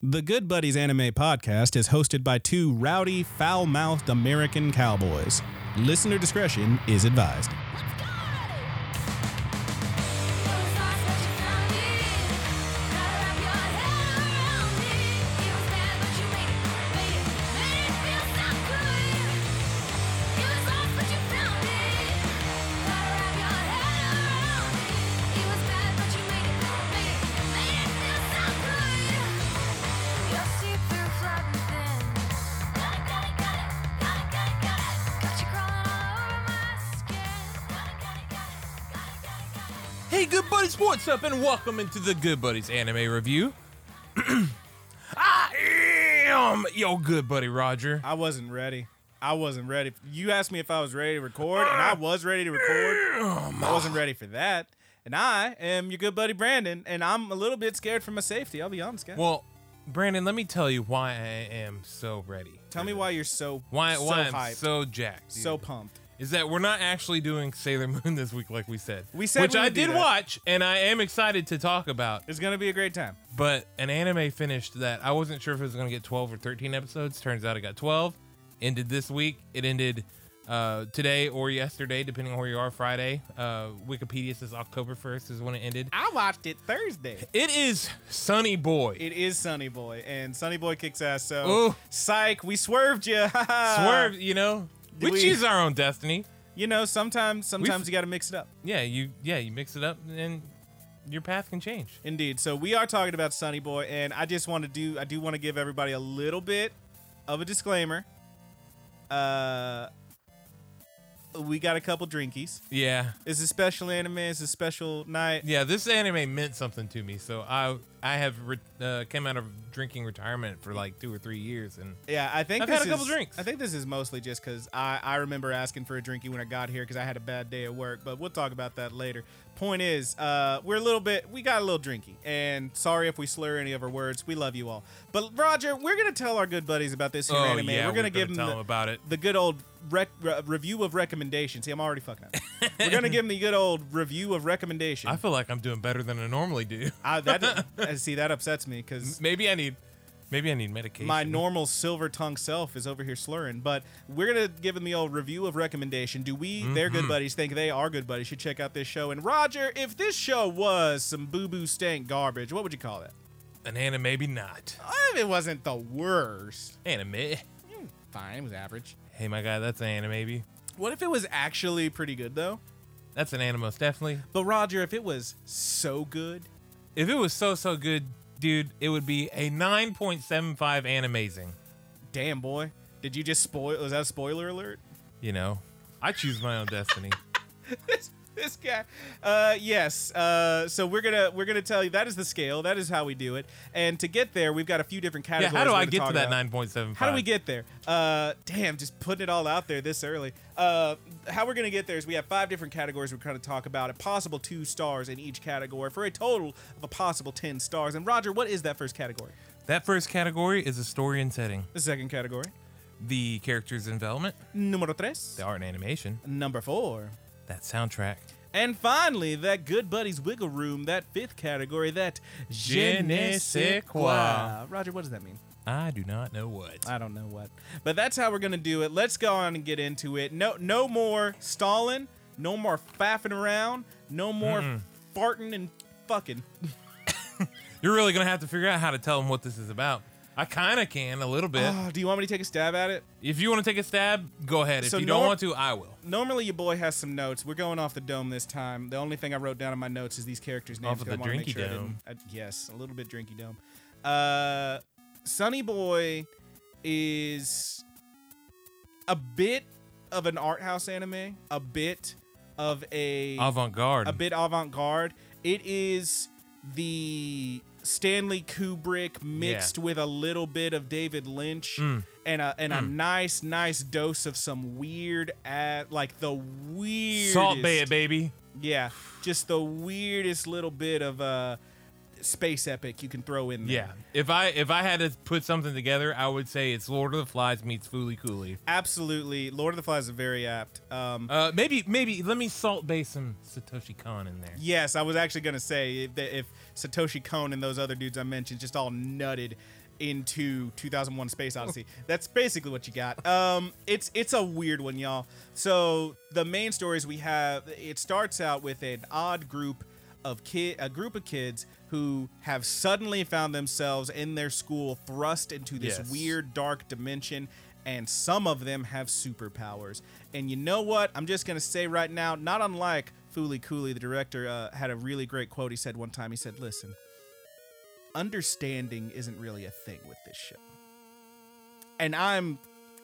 The Good Buddies Anime Podcast is hosted by two rowdy, foul mouthed American cowboys. Listener discretion is advised. Hey, good buddies, what's up, and welcome into the Good Buddies Anime Review. I am your good buddy Roger. I wasn't ready. I wasn't ready. You asked me if I was ready to record, and I was ready to record. I wasn't ready for that. And I am your good buddy Brandon, and I'm a little bit scared for my safety. I'll be honest, guys. Well, Brandon, let me tell you why I am so ready. Tell me why you're so Why, so why I'm hyped, so jacked. dude. so pumped. is that we're not actually doing Sailor Moon this week, like we said. We said which we I would do did that. watch, and I am excited to talk about. It's gonna be a great time. But an anime finished that I wasn't sure if it was going to get 12 or 13 episodes. Turns out it got 12. Ended this week. It ended uh, today or yesterday, depending on where you are. Friday. Uh, Wikipedia says October 1st is when it ended. I watched it Thursday. It is Sunny Boy. It is Sunny Boy, and Sunny Boy kicks ass. So, Ooh. psych, we swerved you. Swerve, you know, we, we- choose our own destiny. You know, sometimes sometimes you We've- got to mix it up. Yeah, you. Yeah, you mix it up and your path can change. Indeed. So we are talking about Sunny Boy, and I just want to do I do want to give everybody a little bit of a disclaimer. Uh, we got a couple drinkies. Yeah. It's a special anime. It's a special night. Yeah, this anime meant something to me, so I I have re- uh, came out of drinking retirement for like two or three years, and Yeah, I think I've this had a couple is- drinks. I think this is mostly just because I I remember asking for a drinky when I got here because I had a bad day at work. But we'll talk about that later. Point is, uh, we're a little bit we got a little drinky, and sorry if we slur any of our words. We love you all, but Roger, we're gonna tell our good buddies about this here oh anime. yeah, we're gonna give tell them them the, about it. the good old rec- re- review of recommendations. See, I'm already fucking up. we're gonna give them the good old review of recommendation. I feel like I'm doing better than I normally do. I, that, uh, see, that upsets me because maybe I need, maybe I need medication. my normal silver tongue self is over here slurring. But we're gonna give them the old review of recommendation. Do we, their good buddies, think they are good buddies? Should check out this show. And Roger, if this show was some boo boo stank garbage, what would you call it? banana, maybe not. Oh, It wasn't the worst. Anime. Fine, it was average. Hey, my guy, that's an anime. Maybe What if it was actually pretty good though? that's an anime, most definitely. But Roger, if it was so good, If it was so so good, dude, it would be a 9.75 animazing. damn boy, did you just spoil? Was that a spoiler alert? You know, I choose my own destiny. this this guy. Uh, yes. Uh, so we're gonna we're gonna tell you that is the scale. That is how we do it. And to get there, we've got a few different Yeah, categories. how do we're I gonna get talk to that about. 9.75? How do we get there? Uh, damn, just putting it all out there this early. Uh, how we're gonna get there is we have five different categories we're gonna talk about. A possible two stars in each category for a total of a possible ten stars. And Roger, what is that first category? That first category is a story and setting. The second category, The characters in development, numero tres, the art and animation, number four. that soundtrack. And finally, that good buddy's wiggle room, that fifth category, that je ne sais quoi. Roger, what does that mean? I do not know what. I don't know what. But that's how we're gonna do it. Let's go on and get into it. No no more stalling, no more faffing around, no more farting and fucking. You're really gonna have to figure out how to tell them what this is about. I kind of can a little bit. Ah, do you want me to take a stab at it? if you want to take a stab, go ahead. If So you don't nor- want to, I will. Normally your boy has some notes. We're going off the dome this time. The only thing I wrote down in my notes is these characters' names. Off of 'cause I the wanna make drinky sure I dome. didn't- I- yes, a little bit drinky dome. Uh, Sunny Boy is a bit of an art house anime, a bit of a Avant-garde. a bit avant-garde. It is the Stanley Kubrick mixed with a little bit of David Lynch Mm. and a and a nice nice dose of some weird at like the weird Salt Bay, baby. Yeah, just the weirdest little bit of uh space epic you can throw in there. Yeah. If I if I had to put something together, I would say it's Lord of the Flies meets Foolie Cooley. Absolutely. Lord of the Flies is very apt. Um Uh, maybe maybe let me Salt Bay some Satoshi Khan in there. Yes, I was actually gonna say if, if Satoshi Kon and those other dudes I mentioned just all nutted into 2001 Space Odyssey. That's basically what you got. Um, it's it's a weird one, y'all. So the main stories we have it starts out with an odd group of kid a group of kids who have suddenly found themselves in their school thrust into this Yes. weird dark dimension and some of them have superpowers. And you know what? I'm just going to say right now, not unlike Foolie Cooley, the director, uh, had a really great quote he said one time. He said, Listen, understanding isn't really a thing with this show. And I'm.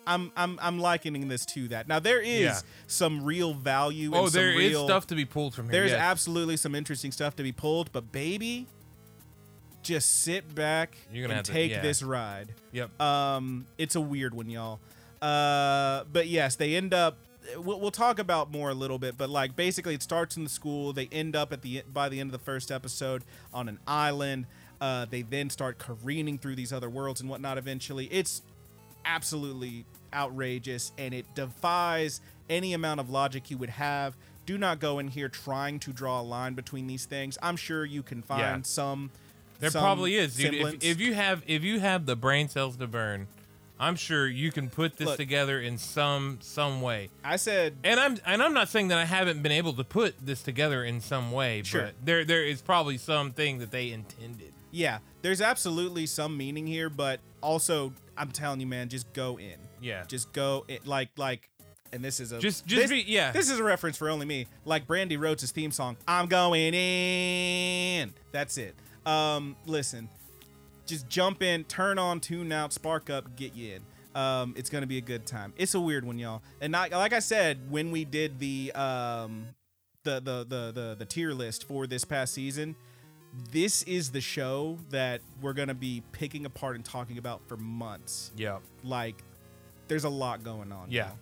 I'm, I'm I'm likening this to that. Now there is Yeah. some real value. Oh, and some there is real, stuff to be pulled from here. there's yes. absolutely some interesting stuff to be pulled, but baby, just sit back You're and gonna have to- take yeah. this ride. Yep. Um, it's a weird one, y'all. Uh, but yes, they end up. We'll, we'll talk about more a little bit, but like basically, it starts in the school. They end up at the by the end of the first episode on an island. Uh, they then start careening through these other worlds and whatnot. Eventually, it's absolutely outrageous and it defies any amount of logic you would have. Do not go in here trying to draw a line between these things. I'm sure you can find Yeah. some. There some probably is, dude. If, semblance. if you have if you have the brain cells to burn, I'm sure you can put this Look. together in some some way. I said And I'm and I'm not saying that I haven't been able to put this together in some way, Sure. but there there is probably something that they intended. Yeah, there's absolutely some meaning here, but also I'm telling you, man, just go in. Yeah. Just go in, like like, and this is a Just- just this, be- yeah. This is a reference for only me. Like Brandy Rhodes' theme song, "I'm going in." That's it. Um, listen, just jump in, turn on, tune out, spark up, get you in. Um, it's gonna be a good time. It's a weird one, y'all. And not, like I said, when we did the um, the, the the the the tier list for this past season, this is the show that we're gonna be picking apart and talking about for months. Yeah. Like, there's a lot going on. Yeah. y'all.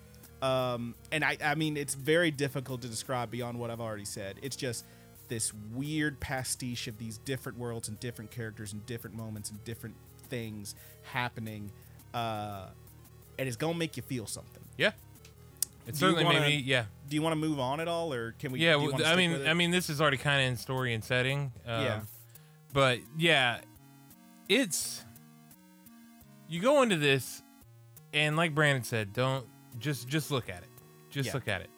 Um, and I I mean it's very difficult to describe beyond what I've already said. It's just this weird pastiche of these different worlds and different characters and different moments and different things happening. Uh, and it's gonna make you feel something. Yeah. you It certainly made wanna- me yeah. Do you want to move on at all, or can we? Yeah, do you well, wanna I stick mean with it? I mean this is already kind of in story and setting. Um, Yeah. But yeah, it's you go into this and like Brandon said, don't just just look at it. Just Yeah. look at it.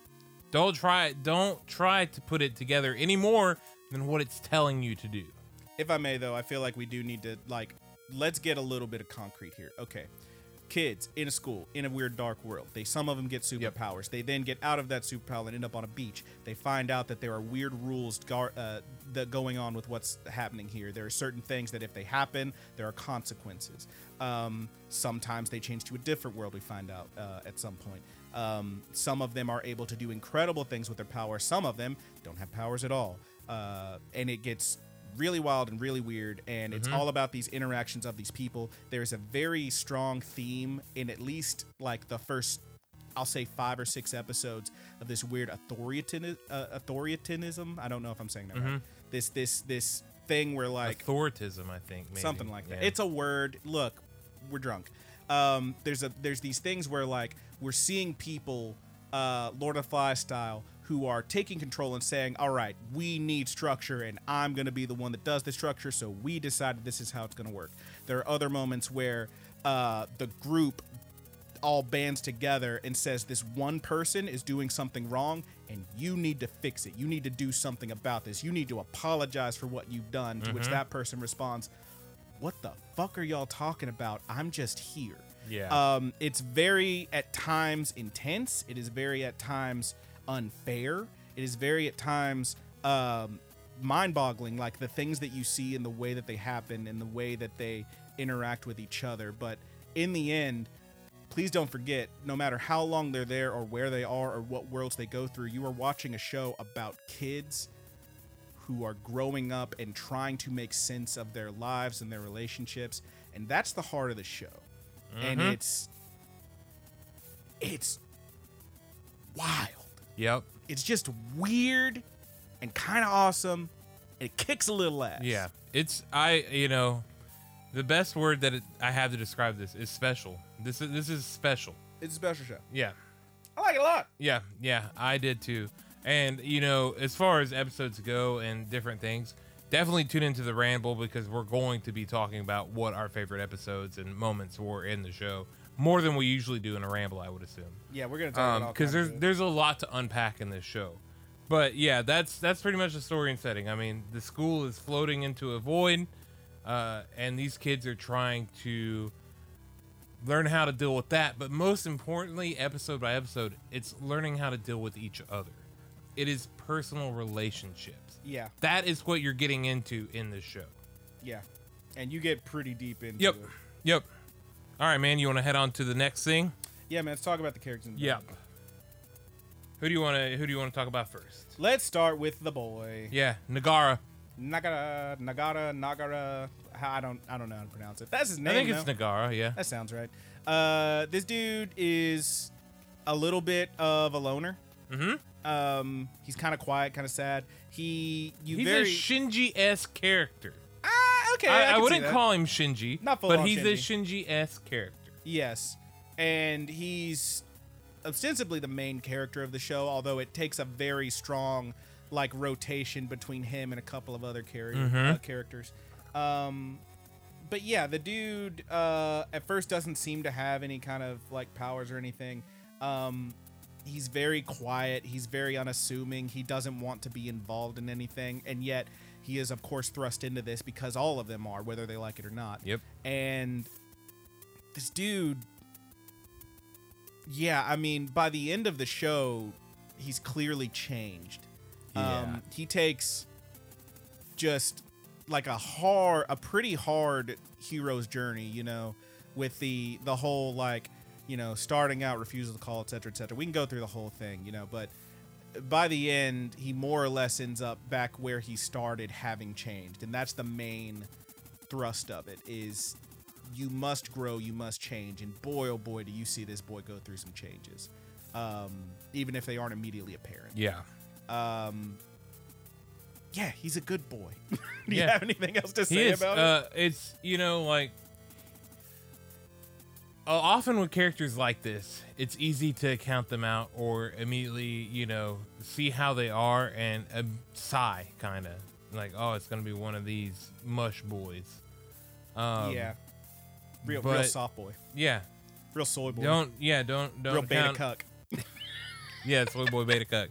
Don't try don't try to put it together any more than what it's telling you to do. If I may, though, I feel like we do need to like let's get a little bit of concrete here. Okay, kids in a school in a weird dark world. They some of them get Yep. superpowers. They then get out of that superpower and end up on a beach. They find out that there are weird rules gar- uh, that going on with what's happening here. There are certain things that if they happen, there are consequences. Um, sometimes they change to a different world. We find out uh, at some point. Um, some of them are able to do incredible things with their power. Some of them don't have powers at all. Uh, and it gets really wild and really weird and it's all about these interactions of these people there's a very strong theme in at least like the first i'll say five or six episodes of this weird authoritarian uh, authoritarianism i don't know if i'm saying that right this this this thing where like Authoritism, I think, maybe. something like that. Yeah. It's a word. Look, we're drunk. Um, there's a there's these things where like we're seeing people, uh, Lord of the Flies style, who are taking control and saying, "All right, we need structure, and I'm gonna be the one that does the structure." So we decided this is how it's gonna work. There are other moments where uh, the group all bands together and says this one person is doing something wrong and you need to fix it. You need to do something about this. You need to apologize for what you've done. To which that person responds, What the fuck are y'all talking about? I'm just here. Yeah. Um, it's very at times intense. It is very at times unfair. It is very at times um, mind-boggling, like the things that you see and the way that they happen and the way that they interact with each other. But in the end, please don't forget no matter how long they're there or where they are or what worlds they go through you are watching a show about kids who are growing up and trying to make sense of their lives and their relationships and that's the heart of the show and Mm-hmm. it's it's wild Yep. it's just weird and kind of awesome and it kicks a little ass Yeah. It's I you know the best word that it, I have to describe this is special. This is this is special. it's a special show Yeah. i like it a lot Yeah, yeah, I did too. And you know, as far as episodes go and different things, definitely tune into the ramble because we're going to be talking about what our favorite episodes and moments were in the show more than we usually do in a ramble, I would assume. Yeah, we're gonna talk about all kinds Because Um, there's of- there's a lot to unpack in this show, but yeah, that's that's pretty much the story and setting. I mean, the school is floating into a void, uh, and these kids are trying to learn how to deal with that. But most importantly, episode by episode, it's learning how to deal with each other. It is personal relationships. yeah, That is what you're getting into in this show. yeah, and you get pretty deep into Yep. it. Yep. All right, man. You want to head on to the next thing? Yeah, man. Let's talk about the characters. in the Yep. background. Who do you want to Who do you want to talk about first? Let's start with the boy. Yeah, Nagara. Nagara, Nagara, Nagara. how- I don't, I don't know how to pronounce it. That's his name. I think though. it's Nagara. Yeah. That sounds right. Uh, this dude is a little bit of a loner. Mhm. Um, he's kind of quiet, kind of sad. He, you He's very a Shinji s character. ah, okay. I, I, can I see wouldn't that. call him Shinji, Not full but on he's a Shinji s character. Yes, and he's ostensibly the main character of the show, although it takes a very strong like rotation between him and a couple of other carrier, uh, characters. Um, but yeah, the dude uh, at first doesn't seem to have any kind of like powers or anything. Um, he's very quiet. He's very unassuming. He doesn't want to be involved in anything, and yet he is of course thrust into this because all of them are, whether they like it or not. Yep. And this dude yeah i mean by the end of the show he's clearly changed Yeah. um he takes just like a hard a pretty hard hero's journey you know with the the whole like you know starting out refusal to call etc cetera, etc cetera. we can go through the whole thing you know but by the end he more or less ends up back where he started having changed and that's the main thrust of it is you must grow, you must change, and boy, oh boy, do you see this boy go through some changes, um, even if they aren't immediately apparent. Yeah. Um, yeah, he's a good boy. do you Yeah. have anything else to He say is. about it? uh, It's you know like. uh, Often with characters like this, it's easy to count them out or immediately, you know, see how they are and uh, sigh, kind of like, "Oh, it's gonna be one of these mush boys." Um, yeah, real, real but- soft boy, yeah. real soy boy, Don't, yeah, don't, don't real beta count- cuck. Yeah, soy boy beta cuck.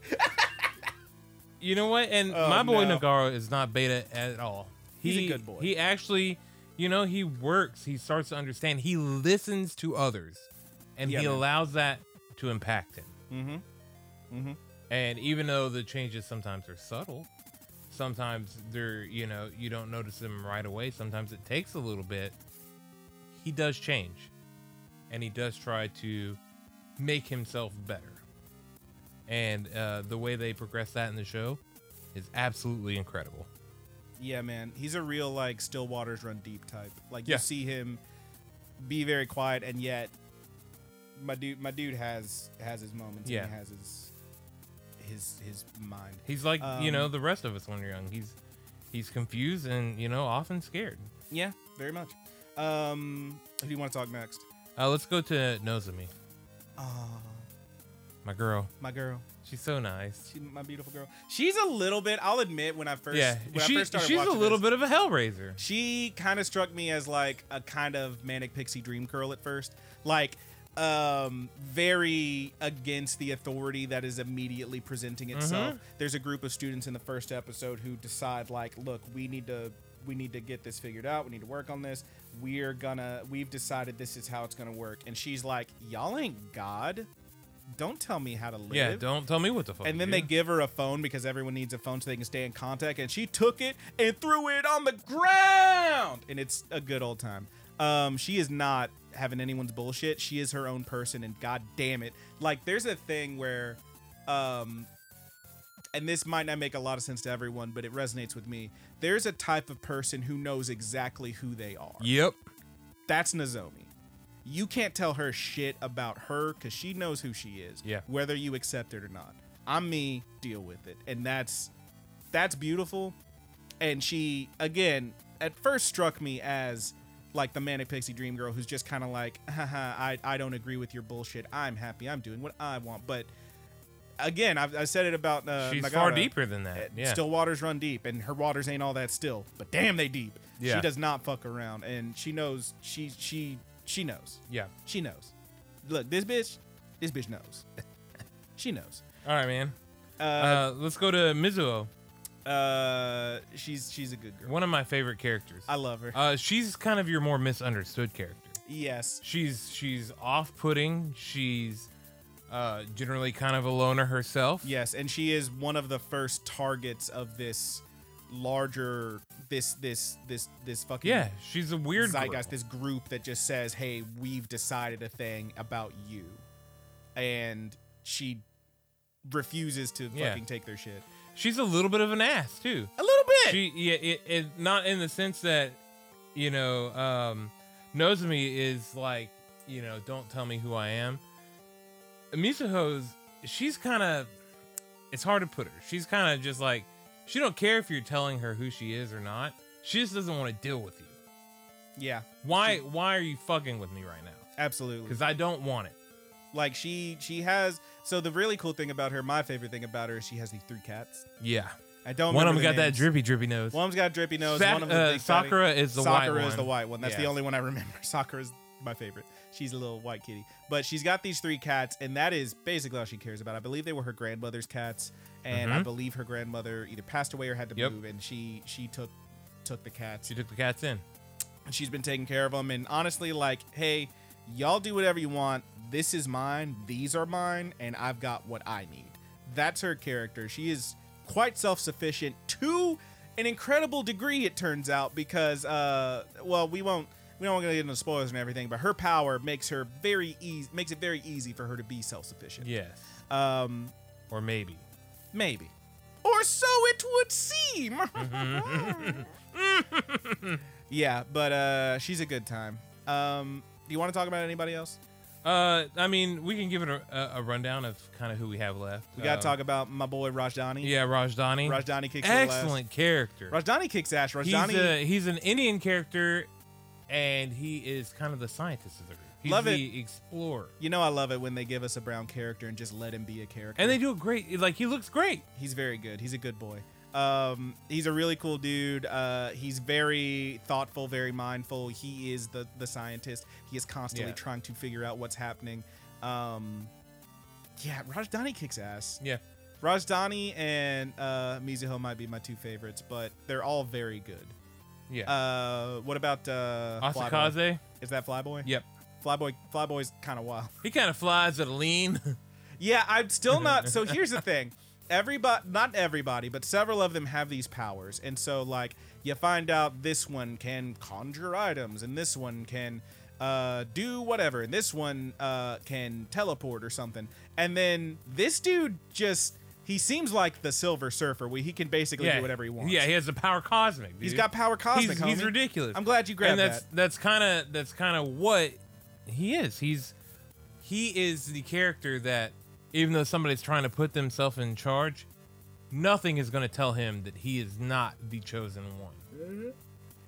you know what? And Oh, my boy no. Nagaro is not beta at all. He's a He- good boy. He actually, you know, he works. He starts to understand. He listens to others, and Yeah, he man. allows that to impact him. Mm-hmm. And even though the changes sometimes are subtle, sometimes they're you know you don't notice them right away. Sometimes it takes a little bit. He does change, and he does try to make himself better. And uh, the way they progress that in the show is absolutely incredible. Yeah, man, he's a real like still waters run deep type. Like Yeah. you see him be very quiet, and yet my dude, my dude has has his moments. Yeah. and he has his his his mind. He's like you know Um, the rest of us when you're young. He's he's confused and you know often scared. Yeah, very much. Um, who do you want to talk next? Uh, let's go to Nozomi, Oh, Uh, my girl. my girl, She's so nice. she, my beautiful girl. She's a little bit. I'll admit when I first yeah, when she- I first started she's a watching little this, bit of a hellraiser. She kind of struck me as like a kind of manic pixie dream girl at first, like um very against the authority that is immediately presenting itself. There's a group of students in the first episode who decide like, look, we need to we need to get this figured out. We need to work on this. We're gonna we've decided this is how it's gonna work. And she's like, y'all ain't God. Don't tell me how to live. Yeah, don't tell me what the fuck. And to then do. they give her a phone because everyone needs a phone so they can stay in contact. And she took it and threw it on the ground. And it's a good old time. Um, she is not having anyone's bullshit. She is her own person. And god damn it. Like, there's a thing where, um, and this might not make a lot of sense to everyone, but it resonates with me. There's a type of person who knows exactly who they are. Yep. That's Nozomi. You can't tell her shit about her because she knows who she is. Yeah. Whether you accept it or not. I'm me, deal with it. And that's that's beautiful. And she again at first struck me as like the manic pixie dream girl who's just kind of like, Haha, I I don't agree with your bullshit. I'm happy. I'm doing what I want. But again, I've, I said it about uh, She's Nagata. far deeper than that. Yeah. Still waters run deep, and her waters ain't all that still, but damn, they deep. Yeah. She does not fuck around, and she knows. She she she knows. yeah. She knows. Look, this bitch, this bitch knows. she knows. All right, man. Uh, Uh, let's go to Mizuho, uh, she's she's a good girl. one of my favorite characters. I love her. Uh, she's kind of your more misunderstood character. yes. She's she's off-putting. She's uh, generally kind of a loner herself. Yes, and she is one of the first targets of this larger this this this this fucking Yeah, she's a weird zeitgeist, girl. this group that just says, "Hey, we've decided a thing about you," and she refuses to Yeah. fucking take their shit. She's a little bit of an ass too. A little bit. She yeah, it, it not in the sense that you know um, Nozomi is like you know don't tell me who I am. Mizuho's she's kind of it's hard to put her. She's kind of just like she don't care if you're telling her who she is or not. She just doesn't want to deal with you. yeah, Why why are you fucking with me right now? absolutely. Because I don't want it. Like she she has. So the really cool thing about her, my favorite thing about her, is she has these three cats. Yeah. I don't. One of remember them got the that names. drippy drippy nose. One of them's got a drippy nose. Sa- one of them's a uh, big fatty- Sakura is the white Sakura one. is the white one. That's the Yeah. only one I remember. Sakura is my favorite. She's a little white kitty, but she's got these three cats, and that is basically all she cares about. I believe they were her grandmother's cats, and I Mhm. believe her grandmother either passed away or had to Yep. move, and she she took took the cats. She took the cats in. And she's been taking care of them, and honestly, like, hey, y'all do whatever you want. This is mine. These are mine, and I've got what I need. That's her character. She is quite self-sufficient to an incredible degree, it turns out, because uh, well, we won't we don't want to get into spoilers and everything, but her power makes her very easy makes it very easy for her to be self-sufficient. Yes. Um, Or maybe. maybe, or so it would seem. yeah, but uh, she's a good time. Um, do you want to talk about anybody else? Uh, I mean, we can give it a, a- a rundown of kind of who we have left. We got Uh, to talk about my boy Rajdani. Yeah, Rajdani. Rajdani kicks her Excellent character. Last. Rajdani kicks ass. he's Rajdani, a, he's an Indian character, and he is kind of the scientist of the group. He's Love it. the explorer, you know, I love it when they give us a brown character and just let him be a character. and they do a great. Like he looks great. he's very good. He's a good boy. Um, he's a really cool dude. Uh, he's very thoughtful, very mindful. He is the the scientist. He is constantly Yeah. trying to figure out what's happening. Um, yeah, Rajdani kicks ass. Yeah. Rajdani and uh, Mizuho might be my two favorites, but they're all very good. Yeah. Uh, what about uh, Flyboy? Asakaze. Is that Flyboy? Yep. Flyboy. Flyboy's kind of wild. He kind of flies at a lean. Yeah, I'm still not. So here's the thing. Everybody, not everybody, but several of them have these powers. And so, like, you find out this one can conjure items, and this one can uh, do whatever, and this one uh, can teleport or something. And then this dude just, he seems like the Silver Surfer, where he can basically yeah. do whatever he wants. Yeah, he has the power cosmic. Dude. He's got power cosmic. He's, he's homie. ridiculous. I'm glad you grabbed and that's that. that's kind of that's kind of what he is. He's he is the character that even though somebody's trying to put themselves in charge, nothing is going to tell him that he is not the chosen one.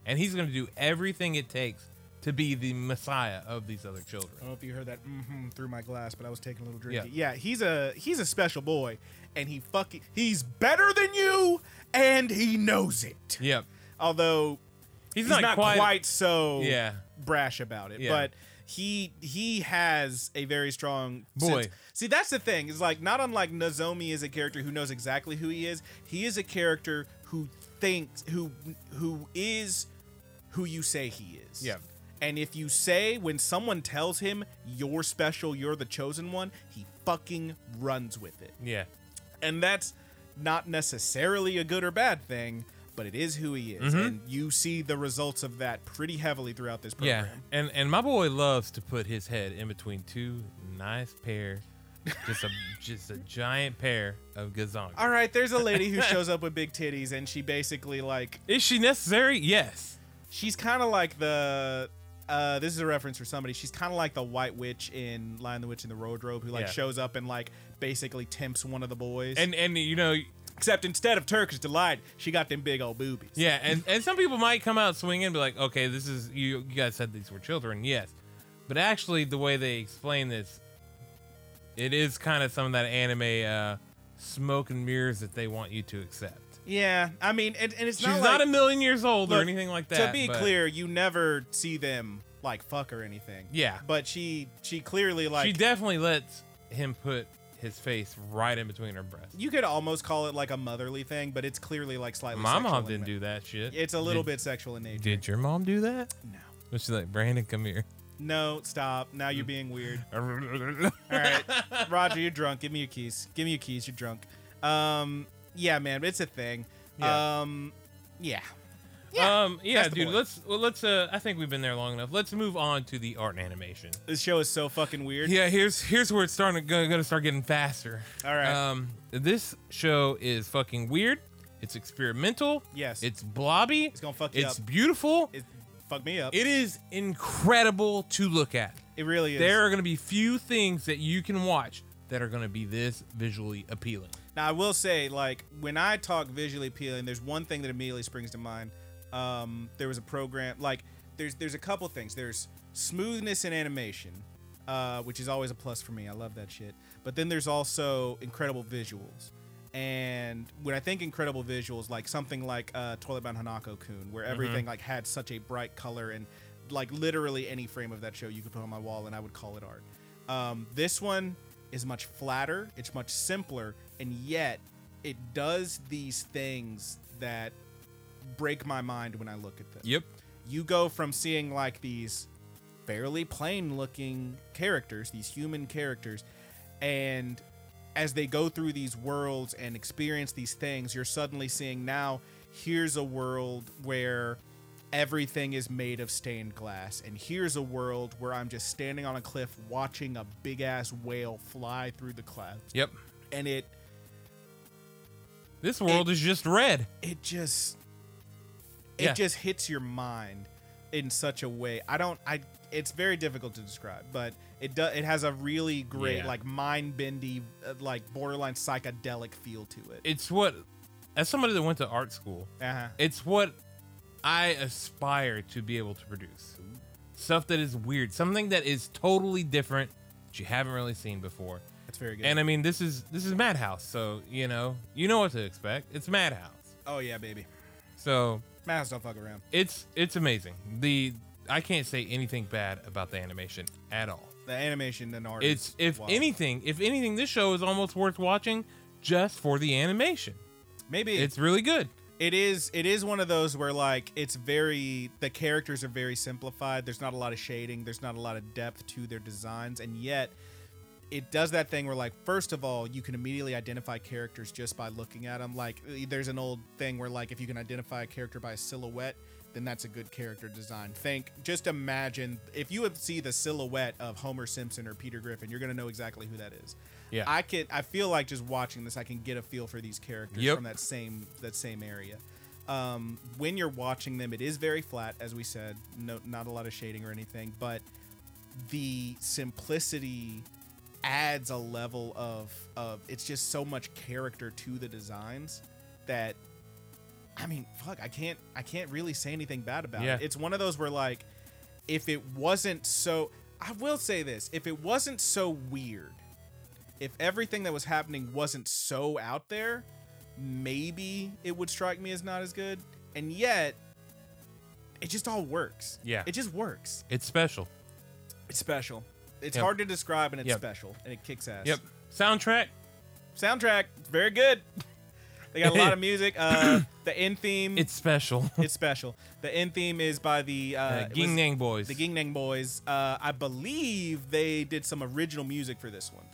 And he's going to do everything it takes to be the messiah of these other children. I don't know if you heard that mm through my glass, but I was taking a little drink. Yeah. Yeah. he's a he's a special boy, and he fucking he's better than you, and he knows it. Yep. Although He's, he's, not, quite, so Yeah. brash about it, Yeah. but he he has a very strong Boy. sense- See, that's the thing is like not unlike Nozomi is a character who knows exactly who he is. He is a character who thinks who who is who you say he is. Yeah. And if you say when someone tells him you're special, you're the chosen one, he fucking runs with it. Yeah. And that's not necessarily a good or bad thing, but it is who he is. And you see the results of that pretty heavily throughout this Yeah. program. And and my boy loves to put his head in between two nice pair just a just a giant pair of gazongas. All right, there's a lady who shows up with big titties and she basically like Is she necessary? Yes. she's kind of like the uh, this is a reference for somebody. She's kind of like the White Witch in *Lion the Witch and the Road Robe*, who like Yeah. shows up and like basically tempts one of the boys. And and you know, except instead of Turkish delight, she got them big old boobies. yeah, and and some people might come out swinging, be like, okay, this is you. You guys said these were children, yes, but actually, the way they explain this It is kind of some of that anime uh, smoke and mirrors that they want you to accept. Yeah, I mean, and, and it's She's not, not, like, a million years old or Look, anything like that. To be but clear, you never see them like fuck or anything. Yeah. but she she clearly like she definitely lets him put his face right in between her breasts. you could almost call it like a motherly thing, but it's clearly like slightly. My sexual mom in didn't nature. do that shit. It's a little Did- bit sexual in nature. Did your mom do that? No, Was she like, Brandon, come here? no, stop. Now Mm. you're being weird. All right, Roger, you're drunk. Give me your keys. Give me your keys. You're drunk. Um, yeah, man, it's a thing. Yeah. Um, yeah. um, yeah, that's the dude. point. Let's well, let's. Uh, I think we've been there long enough. Let's move on to the art and animation. This show is so fucking weird. Yeah, here's here's where it's starting to go, gonna start getting faster. All right. Um, this show is fucking weird. It's experimental. Yes. It's blobby. It's gonna fuck you It's up. beautiful. It fucked me up. It, It is incredible to look at. really is. There are gonna be few things that you can watch that are gonna be this visually appealing. Now I will say, like when I talk visually appealing, there's one thing that immediately springs to mind. Um, there was a program like there's there's a couple things. There's smoothness in animation, uh, which is always a plus for me. I love that shit. But then there's also incredible visuals. And when I think incredible visuals, like something like uh, Toilet Bound Hanako Kun, where everything like had such a bright color and like literally any frame of that show you could put on my wall and I would call it art. Um, this one is much flatter, it's much simpler, and yet it does these things that break my mind when I look at them. Yep. You go from seeing like these fairly plain looking characters, these human characters, and as they go through these worlds and experience these things, you're suddenly seeing now here's a world where everything is made of stained glass, and here's a world where I'm just standing on a cliff watching a big ass whale fly through the clouds. Yep. And it This world is just red. it just it Yeah. just hits your mind in such a way. I don't I it's very difficult to describe, but it does it has a really great Yeah. like mind-bendy uh, like borderline psychedelic feel to it. It's what, as somebody that went to art school, uh-huh. it's what I aspire to be able to produce. Stuff that is weird, something that is totally different that you haven't really seen before. That's very good. And I mean, this is this is Madhouse, so you know you know what to expect. It's Madhouse, oh yeah, baby. so Mass don't fuck around. it's it's amazing. The I can't say anything bad about the animation at all. The animation and art. It's is if wild. anything, if anything, this show is almost worth watching just for the animation. maybe It's really good. it is it is one of those where like it's very the characters are very simplified there's not a lot of shading there's not a lot of depth to their designs and yet it does that thing where like first of all you can immediately identify characters just by looking at them like e, there's an old thing where like if you can identify a character by a silhouette then that's a good character design think just imagine if you would see the silhouette of homer simpson or peter griffin you're gonna know exactly who that is Yeah. i can i feel like just watching this i can get a feel for these characters Yep. from that same that same area um, when you're watching them it is very flat as we said no not a lot of shading or anything but the simplicity adds a level of of it's just so much character to the designs that I mean, fuck, I can't I can't really say anything bad about Yeah. it. It's one of those where like if it wasn't so I will say this, if it wasn't so weird, if everything that was happening wasn't so out there, maybe it would strike me as not as good. And yet it just all works. Yeah. It just works. It's special. It's special. It's Yep. hard to describe and it's Yep. special and it kicks ass. Yep. Soundtrack. Soundtrack, very good. They got a lot of music. Uh, the end theme, It's special. it's special. The end theme is by the uh, Uh, it was Gingnang Boys. the Gingnang Boys. Uh, I believe they did some original music for this one.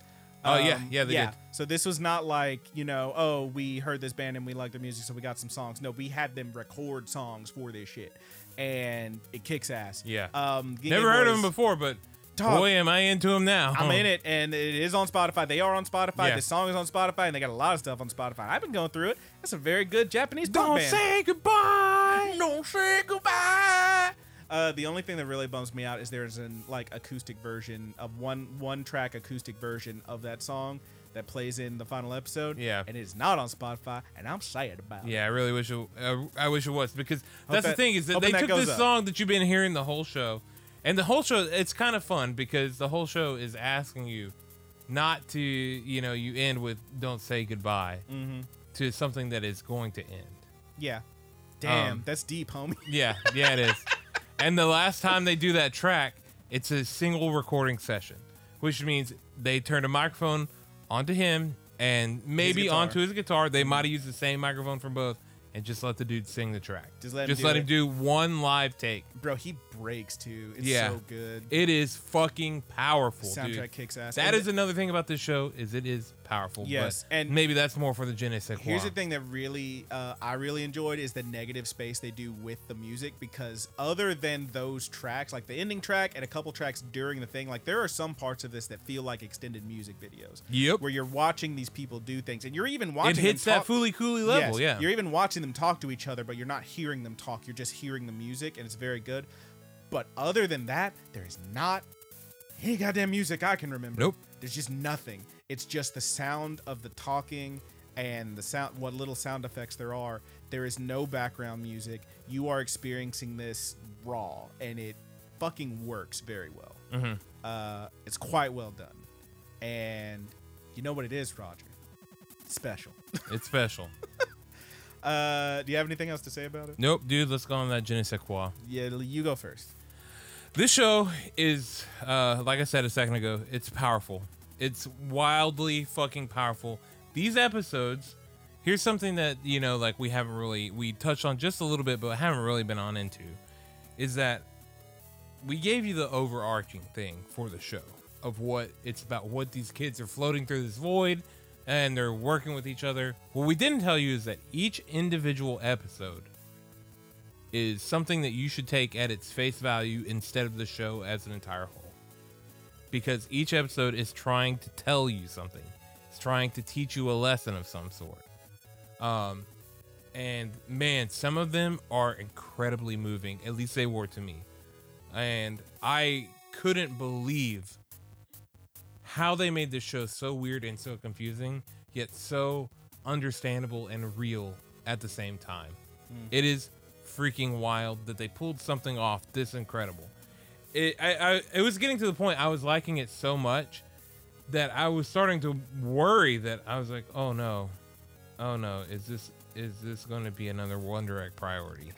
Um, Oh, yeah. Yeah, they did. So this was not like you know, oh, we heard this band and we like their music, so we got some songs. No, we had them record songs for this shit, and it kicks ass. Yeah. Um, Gingnang Never heard of Boys- him before, but Dog. boy, am I into him now. I'm in it, and it is on Spotify. They are on Spotify. Yeah. This song is on Spotify, and they got a lot of stuff on Spotify. I've been going through it. That's a very good Japanese punk Don't band. say goodbye. Don't say goodbye. Uh, the only thing that really bums me out is there's an like acoustic version of one one track acoustic version of that song that plays in the final episode. Yeah. and it's not on Spotify, and I'm sad about it. Yeah, I really wish it. Uh, I wish it was because that's that- the thing is that hoping they that took goes this up. song that you've been hearing the whole show, and the whole show. It's kind of fun because the whole show is asking you not to you know you end with don't say goodbye Mm-hmm. to something that is going to end. Yeah. Damn, Um, that's deep, homie. Yeah, yeah, it is. and the last time they do that track, it's a single recording session, which means they turned a microphone onto him and maybe guitar. onto his guitar. They might have used the same microphone from both and just let the dude sing the track. Just let him just do let it. him do one live take. Bro, he breaks too. It's Yeah. so good. It is fucking powerful, Soundtrack dude. kicks ass. That And is another thing about this show is it is powerful. Yes, but and- maybe that's more for the je ne sais quoi. Here's the thing that really uh, I really enjoyed is the negative space they do with the music because other than those tracks, like the ending track and a couple tracks during the thing, like there are some parts of this that feel like extended music videos. Yep. Where you're watching these people do things and you're even watching It hits them talk- that fooly cooly level, Yes, yeah. You're even watching them talk to each other, but you're not hearing them talk. You're just hearing the music, and it's very good. But other than that, there is not any goddamn music I can remember. Nope. There's just nothing. It's just the sound of the talking and the sound, what little sound effects there are. There is no background music. You are experiencing this raw, and it fucking works very well. Mm-hmm. Uh, it's quite well done. And you know what it is, Roger? Special. It's special. Uh, do you have anything else to say about it? nope, dude, let's go on that je ne sais quoi. Yeah, you go first. This show is, uh, like I said a second ago, it's powerful. It's wildly fucking powerful. These episodes, here's something that, you know, like we haven't really, we touched on just a little bit, but haven't really been on into, is that we gave you the overarching thing for the show of what it's about, what these kids are floating through this void and they're working with each other. What we didn't tell you is that each individual episode is something that you should take at its face value instead of the show as an entire whole. Because each episode is trying to tell you something, it's trying to teach you a lesson of some sort. Um, and man, some of them are incredibly moving. At least they were to me. And I couldn't believe how they made this show so weird and so confusing, yet so understandable and real at the same time. It is freaking wild that they pulled something off this incredible. It, I, I, it was getting to the point I was liking it so much that I was starting to worry that I was like, oh no, oh no, is this is this going to be another One Direct priority?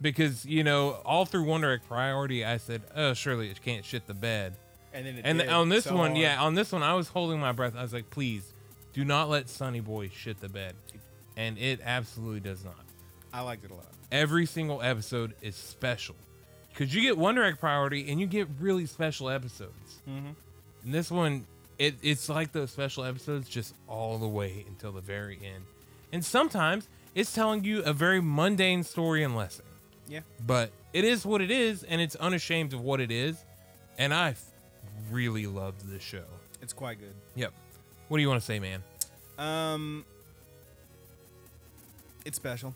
because you know, all through One Direct priority, I said, oh surely it can't shit the bed. And then it And did, on this so uh, one, hard. yeah, on this one, I was holding my breath. I was like, please, do not let Sonny Boy shit the bed. And it absolutely does not. I liked it a lot. Every single episode is special because you get one direct priority and you get really special episodes. Mhm. And this one, it, it's like those special episodes just all the way until the very end. And sometimes it's telling you a very mundane story and lesson Yeah, but it is what it is and it's unashamed of what it is and i f- really loved this show it's quite good. yep what do you want to say man Um, it's special.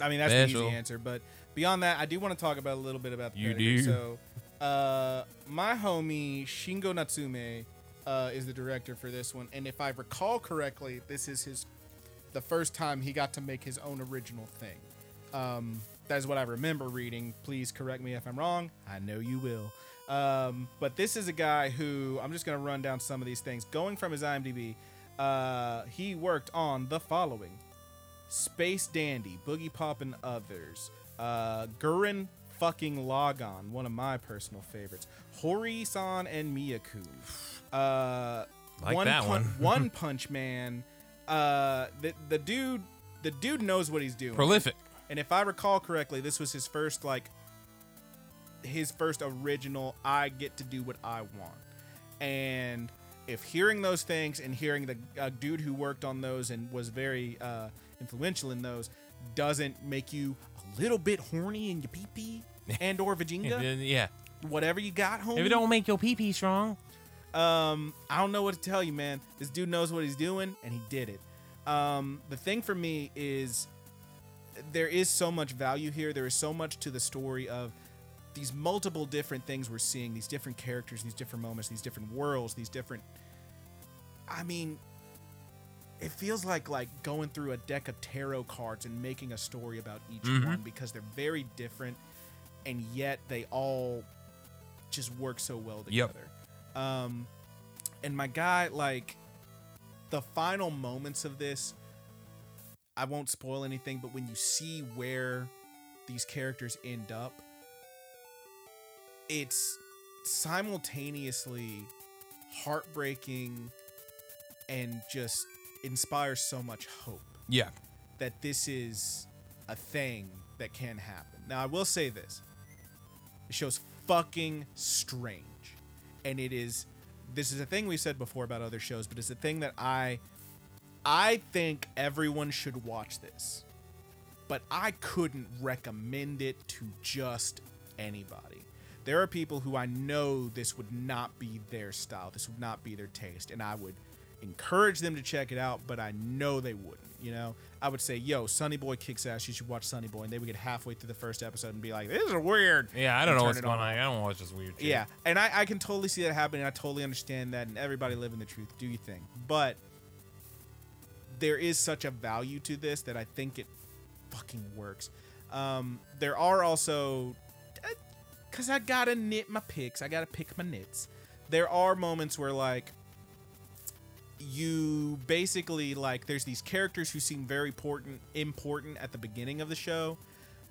I mean, that's the Special. easy answer. But beyond that, I do want to talk about a little bit about the You director. do. So, uh, my homie Shingo Natsume uh, is the director for this one, and if I recall correctly, this is his the first time he got to make his own original thing. Um, that is what I remember reading. Please correct me if I'm wrong. I know you will. Um, but this is a guy who I'm just going to run down some of these things. Going from his IMDb, uh, he worked on the following Space Dandy, Boogie Pop, and others. Uh, Gurren fucking Logon, one of my personal favorites. Hori san and Miyaku. Uh, Like that Pun- one. one Punch Man. Uh, the, the dude. The dude knows what he's doing. prolific And if I recall correctly, this was his first like his first original I get to do what I want. And if hearing those things and hearing the uh, dude who worked on those and was very uh, influential in those doesn't make you a little bit horny in your pee pee and or yeah, vagina, yeah. whatever you got, homie. if it don't make your pee pee strong Um, I don't know what to tell you, man. This dude knows what he's doing, and he did it. Um, the thing for me is there is so much value here. There is so much to the story of these multiple different things we're seeing, these different characters, these different moments, these different worlds, these different. I mean, it feels like like going through a deck of tarot cards and making a story about each one because they're very different, and yet they all just work so well Yep. together. Um, And my guy, like, the final moments of this, I won't spoil anything, but when you see where these characters end up, it's simultaneously heartbreaking and just inspires so much hope Yeah. that this is a thing that can happen. Now, I will say this the show's fucking strange. And it is, this is a thing we said before about other shows, but it's a thing that I, I think everyone should watch this. But I couldn't recommend it to just anybody. There are people who I know this would not be their style, this would not be their taste, and I would encourage them to check it out, but I know they wouldn't. You know, I would say, "Yo, Sunny Boy kicks ass. You should watch Sunny Boy." And they would get halfway through the first episode and be like, "This is weird." Yeah, I And don't know turn what's it going on. off. I don't watch this weird shit. Yeah, and I, I can totally see that happening. I totally understand that, and everybody living the truth, do you think? But there is such a value to this that I think it fucking works. Um, there are also, because I gotta knit my picks, I gotta pick my knits. There are moments where like you basically like there's these characters who seem very important important at the beginning of the show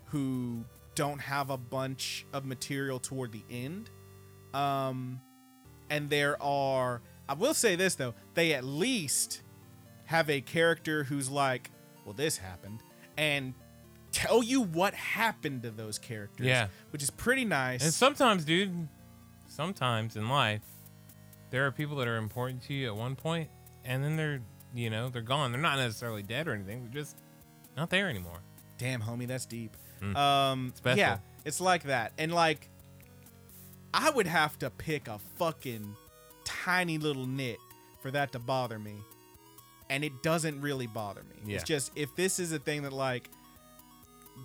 who don't have a bunch of material toward the end um and there are i will say this though they at least have a character who's like well this happened and tell you what happened to those characters Yeah. which is pretty nice And sometimes, dude, sometimes in life, there are people that are important to you at one point, and then they're, you know, they're gone. They're not necessarily dead or anything. They're just not there anymore. damn homie that's deep um special. yeah it's like that and like i would have to pick a fucking tiny little nit for that to bother me and it doesn't really bother me Yeah. it's just if this is a thing that like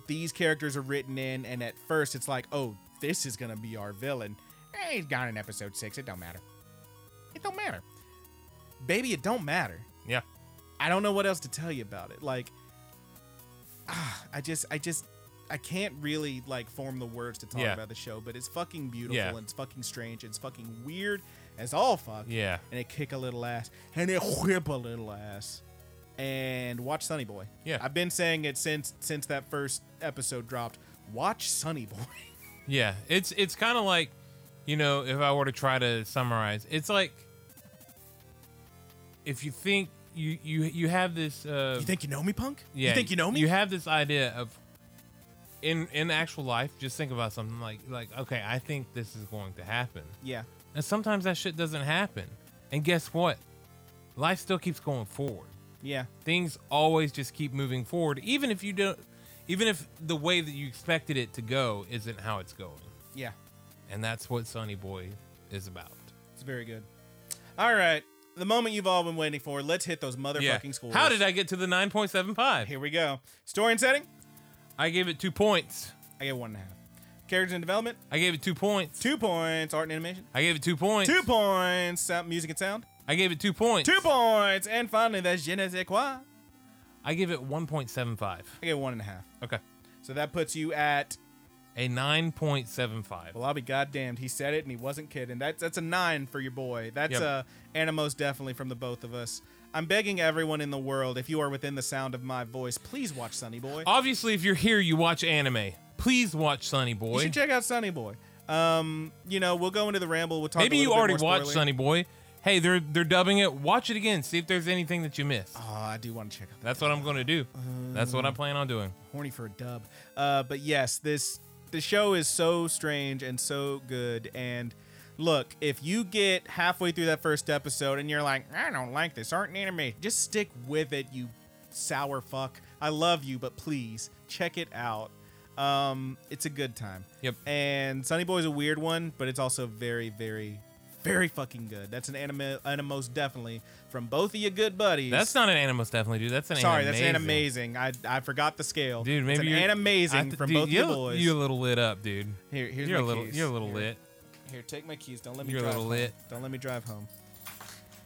these characters are written in and at first it's like oh this is gonna be our villain hey, he's gone in episode six it don't matter it don't matter baby it don't matter Yeah. I don't know what else to tell you about it. Like, ah, I just, I just, I can't really like form the words to talk Yeah. about the show, but it's fucking beautiful Yeah. and it's fucking strange and it's fucking weird as all fuck. Yeah. And it kick a little ass and it whip a little ass. And watch Sunny Boy. Yeah. I've been saying it since since that first episode dropped. Watch Sunny Boy. Yeah. It's it's kind of like, you know, if I were to try to summarize, it's like if you think you you you have this uh you think you know me, punk? yeah, You think you know me? You have this idea of in in actual life, just think about something like like okay, I think this is going to happen. yeah. And sometimes that shit doesn't happen. And guess what? Life still keeps going forward. Yeah. Things always just keep moving forward, even if you don't, even if the way that you expected it to go isn't how it's going. Yeah. And that's what Sonny Boy is about. It's very good. All right. The moment you've all been waiting for. Let's hit those motherfucking schools. How did I get to the 9.75? Here we go. Story and setting, I gave it two points. I get one and a half. Characters and development, I gave it two points. two points. Art and animation, I gave it two points. two points. Sound, music and sound, I gave it two points. two points. And finally, that's je ne sais quoi. I give it 1.75. I get one and a half. Okay. So that puts you at. A 9.75. Well, I'll be goddamned. He said it, and he wasn't kidding. That's that's a nine for your boy. That's Yep. a animos definitely from the both of us. I'm begging everyone in the world, if you are within the sound of my voice, please watch Sunny Boy. Obviously, if you're here, you watch anime. Please watch Sonny You Boy. should check out Sunny Boy. Um, you know, we'll go into the ramble. We'll talk. Maybe a you little bit already more watched spoilery. Sunny Boy. Hey, they're they're dubbing it. Watch it again. See if there's anything that you missed. Oh, um, I do want to check out. That's what I'm going to do. That's what I plan on doing. horny for a dub. Uh, but yes, this the show is so strange and so good. And look, if you get halfway through that first episode and you're like, I don't like this art and anime, just stick with it, you sour fuck. I love you, but please check it out. Um, it's a good time. Yep. And Sunny Boy is a weird one, but it's also very, very, very fucking good. That's an anime, animos definitely from both of you good buddies. That's not an animus, definitely, dude. That's an Sorry, animazing. that's an amazing. I I forgot the scale. Dude, maybe it's you're an amazing I th- from dude, both you you boys. You're a little lit up, dude. here, here's You're a my little. keys. You're a little Here. lit. Here, take my keys. Don't let me. You're a drive little home. lit. Don't let me drive home.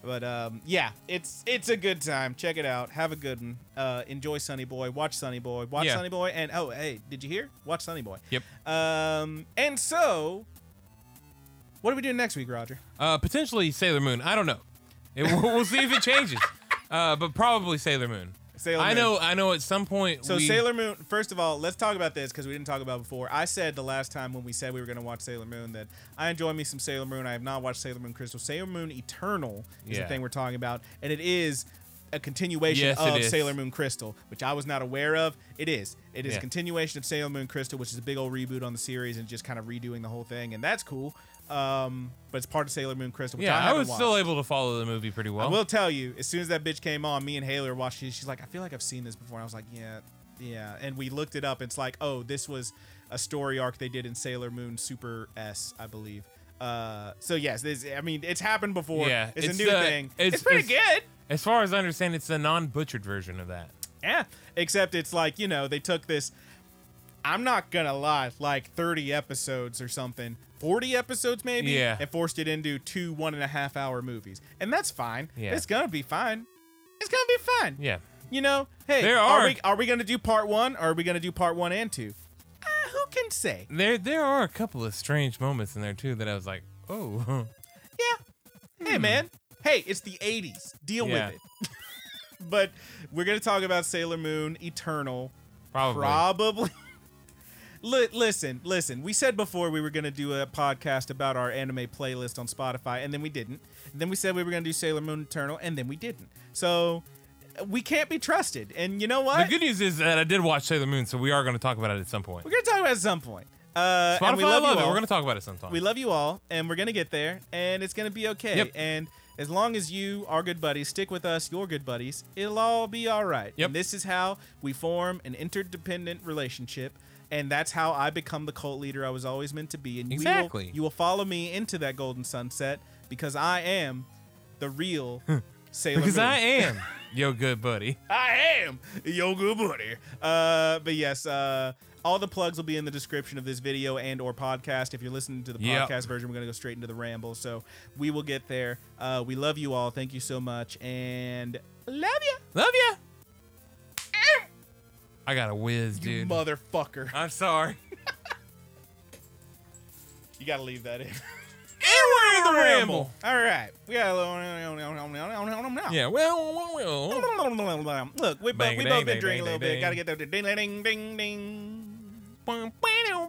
But um, yeah, it's it's a good time. Check it out. Have a good one. Uh, enjoy Sunny Boy. Watch Sunny Boy. Watch Yeah. Sunny Boy. And oh, hey, did you hear? Watch Sunny Boy. Yep. Um, and so, what are we doing next week, Roger? Uh, potentially Sailor Moon. I don't know. It, we'll, we'll see if it changes. Uh, but probably Sailor Moon. Sailor I Moon. know. I know. At some point, So we, Sailor Moon. First of all, let's talk about this because we didn't talk about it before. I said the last time when we said we were going to watch Sailor Moon that I enjoy me some Sailor Moon. I have not watched Sailor Moon Crystal. Sailor Moon Eternal is Yeah. the thing we're talking about, and it is a continuation Yes, it of is. Sailor Moon Crystal, which I was not aware of. It is. It is Yeah. a continuation of Sailor Moon Crystal, which is a big old reboot on the series and just kind of redoing the whole thing, and that's cool. Um, but it's part of Sailor Moon Crystal. Which I, Yeah, I, haven't was watched. still able to follow the movie pretty well. I will tell you, as soon as that bitch came on, me and Haley were watching. it. She's like, I feel like I've seen this before. And I was like, Yeah, yeah. And we looked it up. It's like, oh, this was a story arc they did in Sailor Moon Super S, I believe. Uh, so yes, this. I mean, it's happened before. Yeah, it's, it's, a new uh, thing. It's, it's- pretty it's- good. As far as I understand, it's the non-butchered version of that. Yeah. Except it's like you know they took this. I'm not gonna lie, like 30 episodes or something, 40 episodes maybe, Yeah. and forced it into two one and a half hour movies, and that's fine. Yeah. It's gonna be fine. It's gonna be fine. Yeah. You know, hey, There are are- we are we gonna do part one or are we gonna do part one and two? Uh, who can say? There, there are a couple of strange moments in there too that I was like, oh, Yeah. Hey, man. Hey, it's the '80s. Deal Hmm. Yeah. with it. but we're gonna talk about Sailor Moon Eternal. probably. Probably. Li- listen, listen. We said before we were gonna do a podcast about our anime playlist on Spotify, and then we didn't. And then we said we were gonna do Sailor Moon Eternal, and then we didn't. So we can't be trusted. And you know what? the good news is that I did watch Sailor Moon, so we are going to talk about it at some point. We're gonna talk about it at some point. Uh, Spotify, and we love, you I love it. all. We're going to talk about it sometime. we love you all, and we're gonna get there, and it's gonna be okay. Yep. And as long as you are good buddies, stick with us, your good buddies, it'll all be all right. Yep. And this is how we form an interdependent relationship. And that's how I become the cult leader I was always meant to be. And we will- Exactly. you will follow me into that golden sunset because I am the real Sailor because Moon. I am yo good buddy. I am your good buddy. Uh, but yes, uh, all the plugs will be in the description of this video and or podcast. If you're listening to the Yep. podcast version, we're gonna go straight into the ramble. So we will get there. Uh, we love you all. Thank you so much, and love ya, Love ya. I got a whiz, you, dude. Uh. motherfucker. I'm sorry. You gotta leave that in. And we're in the ramble. Ramble. All right, we got a little. Yeah. Well, well, well. Look, we, bo- Bang, we dang, both been drinking a dang, dang, little dang, bit. Gotta get that ding, ding, ding, ding.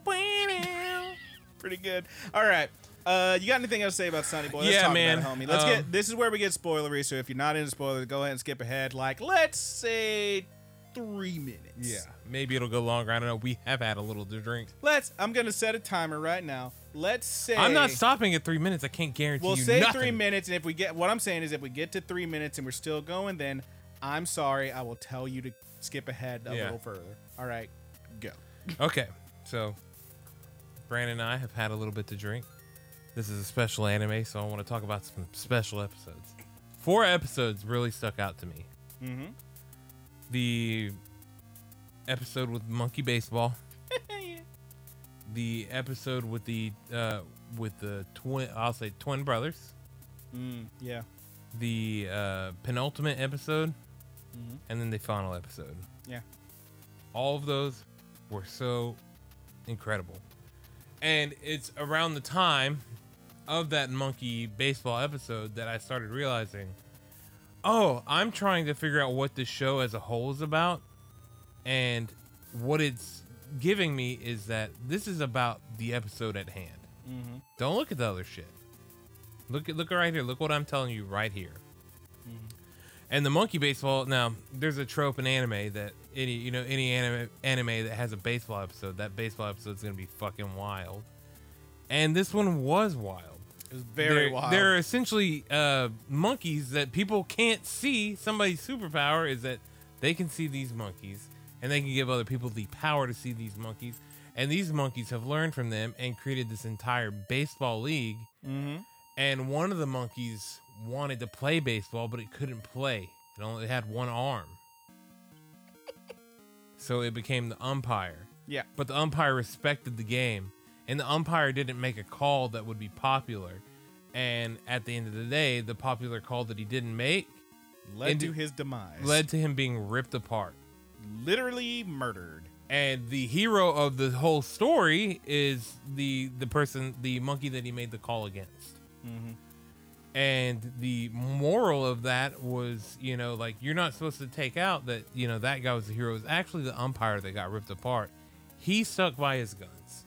pretty good. All right. Uh, you got anything else to say about Sonny Boy? Let's Yeah, talk man. about it, homie. Let's Um, get this is where we get spoilery, so if you're not into spoilers, go ahead and skip ahead like let's say three minutes. Yeah. Maybe it'll go longer. I don't know. We have had a little to drink. Let's I'm gonna set a timer right now. Let's say I'm not stopping at three minutes. I can't guarantee We'll you say nothing. three minutes, and if we get what I'm saying is if we get to three minutes and we're still going, then I'm sorry, I will tell you to skip ahead a Yeah. little further. All right, go. Okay, so Brandon and I have had a little bit to drink. This is a special anime, so I want to talk about some special episodes. Four episodes really stuck out to me. Mm-hmm. The episode with monkey baseball, yeah. the episode with the uh, with the twin, I'll say twin brothers, Mm, yeah. the uh, penultimate episode, Mhm. and then the final episode. Yeah. All of those were so incredible. And it's around the time of that monkey baseball episode that I started realizing, oh, I'm trying to figure out what this show as a whole is about. And what it's giving me is that this is about the episode at hand. Mm-hmm. Don't look at the other shit. Look at look right here. Look what I'm telling you right here. And the monkey baseball. Now, there's a trope in anime that any you know any anime anime that has a baseball episode, that baseball episode's gonna be fucking wild. And this one was wild. It was very they're, wild. They're essentially uh, monkeys that people can't see. Somebody's superpower is that they can see these monkeys, and they can give other people the power to see these monkeys. And these monkeys have learned from them and created this entire baseball league. mm-hmm. And one of the monkeys wanted to play baseball, but it couldn't play. It only had one arm. So it became the umpire. Yeah. But the umpire respected the game, and the umpire didn't make a call that would be popular. And at the end of the day, the popular call that he didn't make Led Into- to his demise. led to him being ripped apart. literally murdered. And the hero of the whole story is the the person, the monkey that he made the call against. and the moral of that was you know like you're not supposed to take out that you know that guy was the hero It was actually the umpire that got ripped apart he stuck by his guns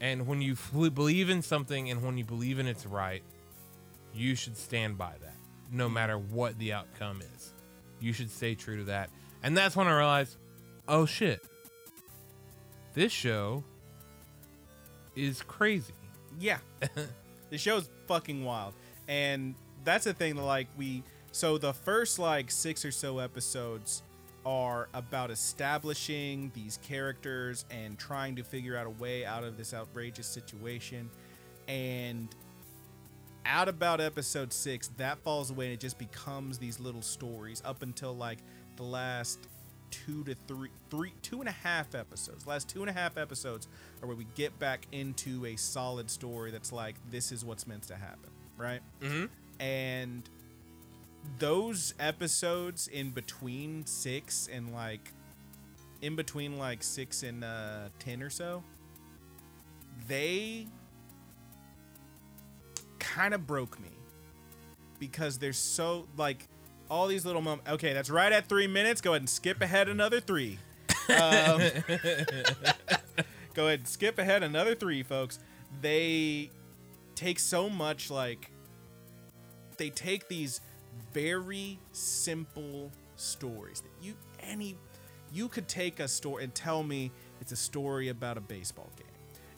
and when you f- believe in something and when you believe in it's right you should stand by that no matter what the outcome is you should stay true to that and that's when i realized oh shit this show is crazy Yeah. the show's fucking wild. And that's the thing that like we so the first like six or so episodes are about establishing these characters and trying to figure out a way out of this outrageous situation. And out about episode six, that falls away and it just becomes these little stories up until like the last two to three, three, two and a half episodes. Last two and a half episodes are where we get back into a solid story that's like, this is what's meant to happen, right? Mhm. And those episodes in between six and like, in between like six and uh, 10 or so, they kind of broke me because there's so like all these little moments. Okay, that's right at three minutes. Go ahead and skip ahead another three. Um, go ahead and skip ahead another three, folks. They take so much like they take these very simple stories that you any you could take a story and tell me it's a story about a baseball game.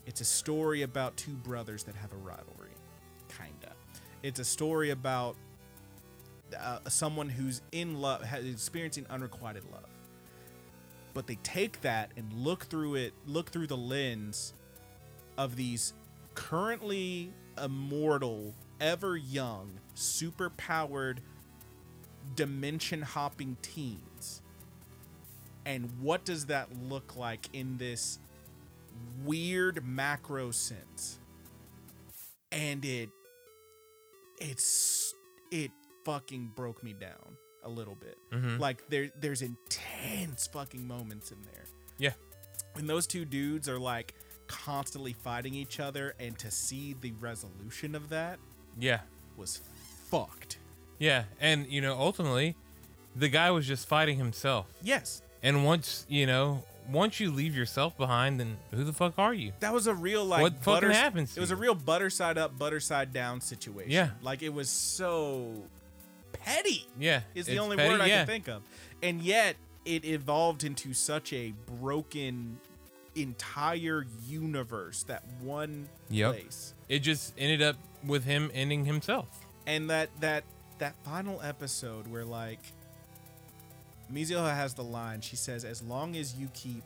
It's a story about two brothers that have a rivalry, kinda. It's a story about uh, someone who's in love, has experiencing unrequited love. But they take that and look through it, look through the lens of these currently immortal, ever young, super powered, dimension hopping teens. And what does that look like in this weird macro sense? And it it's it fucking broke me down a little bit. Like there there's intense fucking moments in there. yeah And those two dudes are like constantly fighting each other and to see the resolution of that yeah was fucked. Yeah, and you know, ultimately, the guy was just fighting himself. Yes. And once you know, once you leave yourself behind, then who the fuck are you? That was a real like What fucking butter, happens to It was a you? real butter side up, butter side down situation. Yeah. Like it was so petty. Yeah, is the it's only petty, word I yeah. can think of. And yet, it evolved into such a broken entire universe that one Yep. place. It just ended up with him ending himself. And that that that final episode where like Mizuho has the line. She says, "As long as you keep,"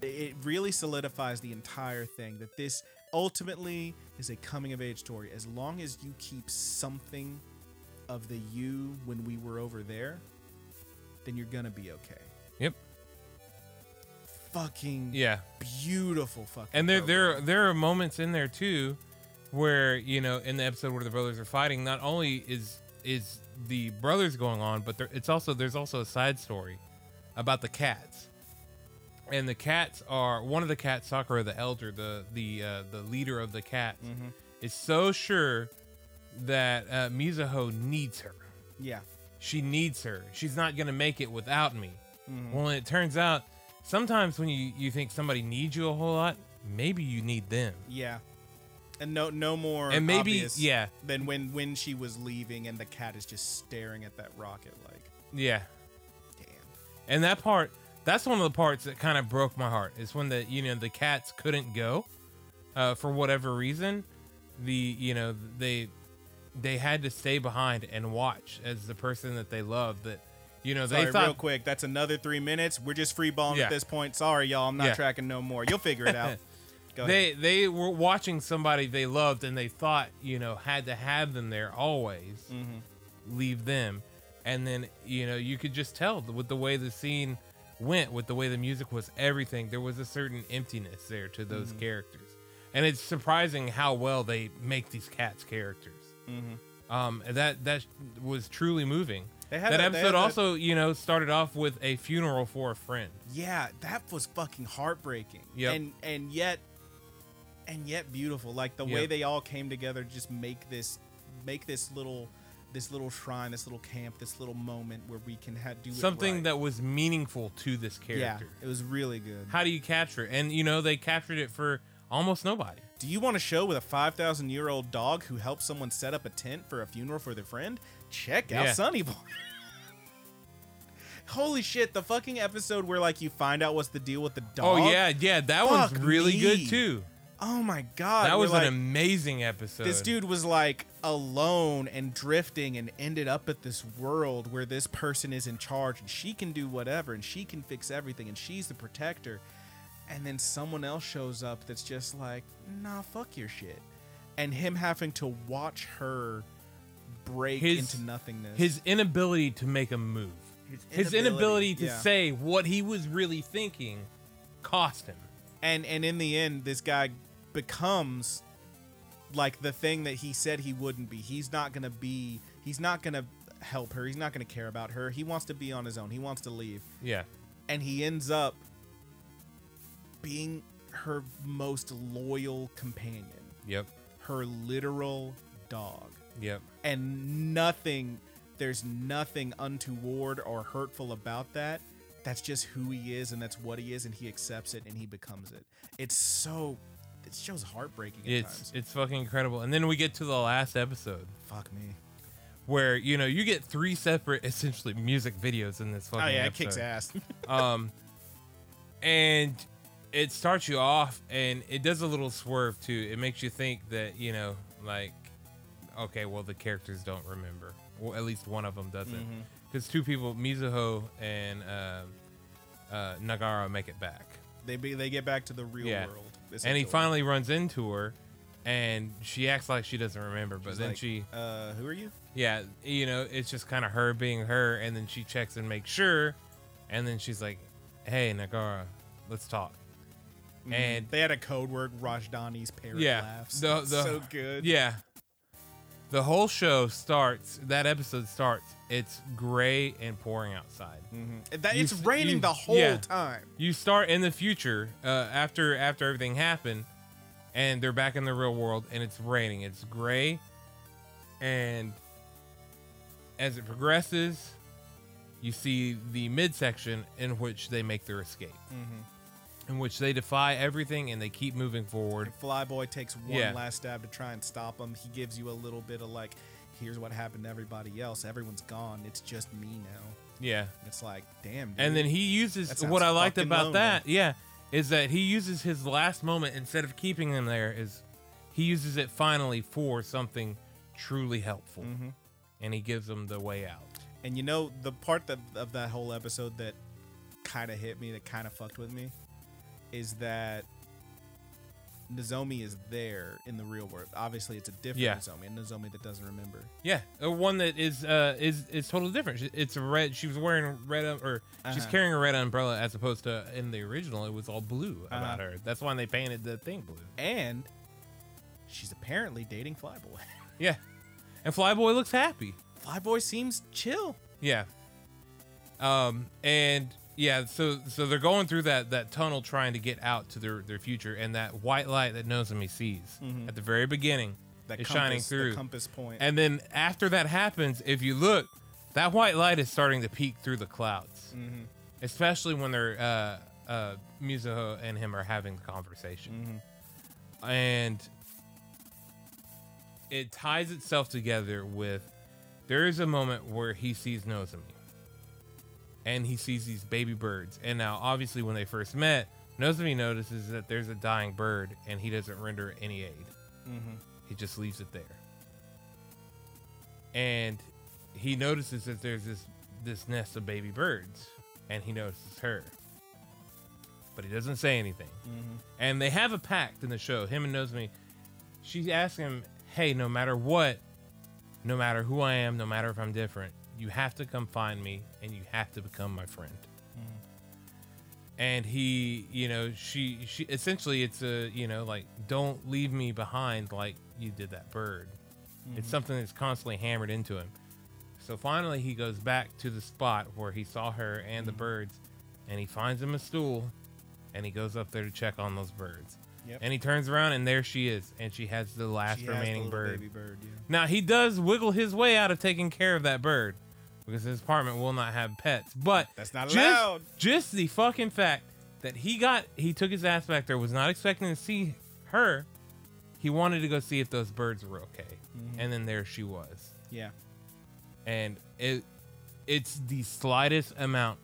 it really solidifies the entire thing that this ultimately is a coming of age story. As long as you keep something of the you when we were over there, then you're gonna be okay. Yep. fucking Yeah, beautiful fucking and there program. there there are moments in there too, where you know, in the episode where the brothers are fighting, not only is is the brothers going on, but there, it's also there's also a side story about the cats. and the cats are one of the cats, Sakura the elder, the the uh, the leader of the cats, is so sure that uh, Mizuho needs her. yeah She needs her. She's not gonna make it without me. Mm-hmm. Well, it turns out sometimes when you you think somebody needs you a whole lot, maybe you need them. yeah and no no more And maybe- obvious yeah. than when when she was leaving and the cat is just staring at that rocket like Yeah, damn and that part that's one of the parts that kind of broke my heart is when the you know the cats couldn't go uh, for whatever reason the you know they they had to stay behind and watch as the person that they loved that you know sorry they real thought quick that's another three minutes we're just free balling Yeah. at this point sorry y'all i'm not Yeah. tracking no more you'll figure it out go ahead they they were watching somebody they loved and they thought you know had to have them there always Mm-hmm. leave them and then you know you could just tell with the way the scene went with the way the music was everything there was a certain emptiness there to those Mm-hmm. characters and it's surprising how well they make these cats characters um that that was truly moving Mm-hmm. They had that- that they episode had that- also you know started off with a funeral for a friend yeah that was fucking heartbreaking Yep. and and yet and yet beautiful like the way Yep. they all came together to just make this make this little this little shrine, this little camp, this little moment where we can ha- do it Something right. that was meaningful to this yeah, character. it was really good. How do you capture it? And you know, they captured it for almost nobody. Do you want a show with a 5,000 year old dog who helps someone set up a tent for a funeral for their friend? Check out Yeah. Sunny Boy. Holy shit, the fucking episode where like you find out what's the deal with the Oh dog. yeah, yeah, that one's Fuck really me. good too. Oh my god. That we're was like, an amazing episode. this dude was like alone and drifting and ended up at this world where this person is in charge and she can do whatever and she can fix everything and she's the protector and then someone else shows up that's just like nah fuck your shit and him having to watch her break His- into nothingness his inability to make a move, His his inability- inability to yeah. say what he was really thinking, cost him. and and in the end this guy becomes like the thing that he said he wouldn't be he's not gonna be he's not gonna help her he's not gonna care about her he wants to be on his own he wants to leave Yeah, and he ends up being her most loyal companion yep, her literal dog yep. and nothing there's nothing untoward or hurtful about that that's just who he is and that's what he is and he accepts it and he becomes it it's so it shows heartbreaking at It's times it's fucking incredible. And then we get to the last episode fuck me where you know you get three separate essentially music videos in this fucking. oh yeah it episode. kicks ass um and it starts you off and it does a little swerve too it makes you think that you know like okay well the characters don't remember well at least one of them doesn't Mm-hmm. because two people mizuho and um uh, nagara make it back they be, they get back to the real Yeah. world and he essentially. finally runs into her and she acts like she doesn't remember but She's then like, she uh who are you yeah you know it's just kind of her being her and then she checks and makes sure and then she's like hey nagara let's talk Mm-hmm. and they had a code word rajdani's parrot Yeah, laughs the- the- so good yeah the whole show starts that episode starts it's gray and pouring outside Mm. that, You it's s- raining you- the whole yeah. time you start in the future uh, after after everything happened and they're back in the real world and it's raining it's gray and as it progresses you see the midsection in which they make their escape Mm-hmm. in which they defy everything and they keep moving forward Flyboy takes one Yeah. last stab to try and stop him. He gives you a little bit of like, here's what happened to everybody else. Everyone's gone. It's just me now. yeah It's like, damn. Dude. And then he uses That sounds what I liked fucking about lonely. that, yeah, is that he uses his last moment instead of keeping him there is he uses it finally for something truly helpful. Mm-hmm. And he gives him the way out. and you know the part that of that whole episode that kind of hit me, that kind of fucked with me, is that Nozomi is there in the real world. Obviously, it's a different Yeah. Nozomi, a Nozomi that doesn't remember. Yeah, uh, one that is uh is is totally different. She- It's a red. She was wearing red um, or she's Uh-huh. carrying a red umbrella as opposed to in the original it was all blue about Uh-huh. her. That's why they painted the thing blue. And she's apparently dating Flyboy. Yeah, and Flyboy looks happy. Flyboy seems chill. Yeah. Um and yeah, so so they're going through that that tunnel trying to get out to their their future, and that white light that Nozomi sees at the very beginning Mm-hmm. That is compass, shining the through. compass point. And then after that happens, if you look, that white light is starting to peek through the clouds, especially when they're uh, uh, Mizuho and him are having the conversation, and it ties itself together with there is a moment where he sees Nozomi, and he sees these baby birds. And now, obviously, when they first met, Nozomi notices that there's a dying bird, and he doesn't render any aid. He just leaves it there and he notices that there's this this nest of baby birds and he notices her but he doesn't say anything and they have a pact in the show him and nozomi she asks him hey no matter what no matter who i am no matter if i'm different you have to come find me and you have to become my friend and he you know she she essentially it's a you know like don't leave me behind like you did that bird Mm-hmm. it's something that's constantly hammered into him so finally he goes back to the spot where he saw her Mm-hmm. and the birds and he finds him a stool and he goes up there to check on those birds Yep. And he turns around and there she is, and she has the last She has the remaining little bird. baby bird, yeah. Now he does wiggle his way out of taking care of that bird because his apartment will not have pets. But That's not just, allowed. Just the fucking fact that he got he took his ass back there was not expecting to see her. He wanted to go see if those birds were okay, Mm-hmm. and then there she was, Yeah. and it it's the slightest amount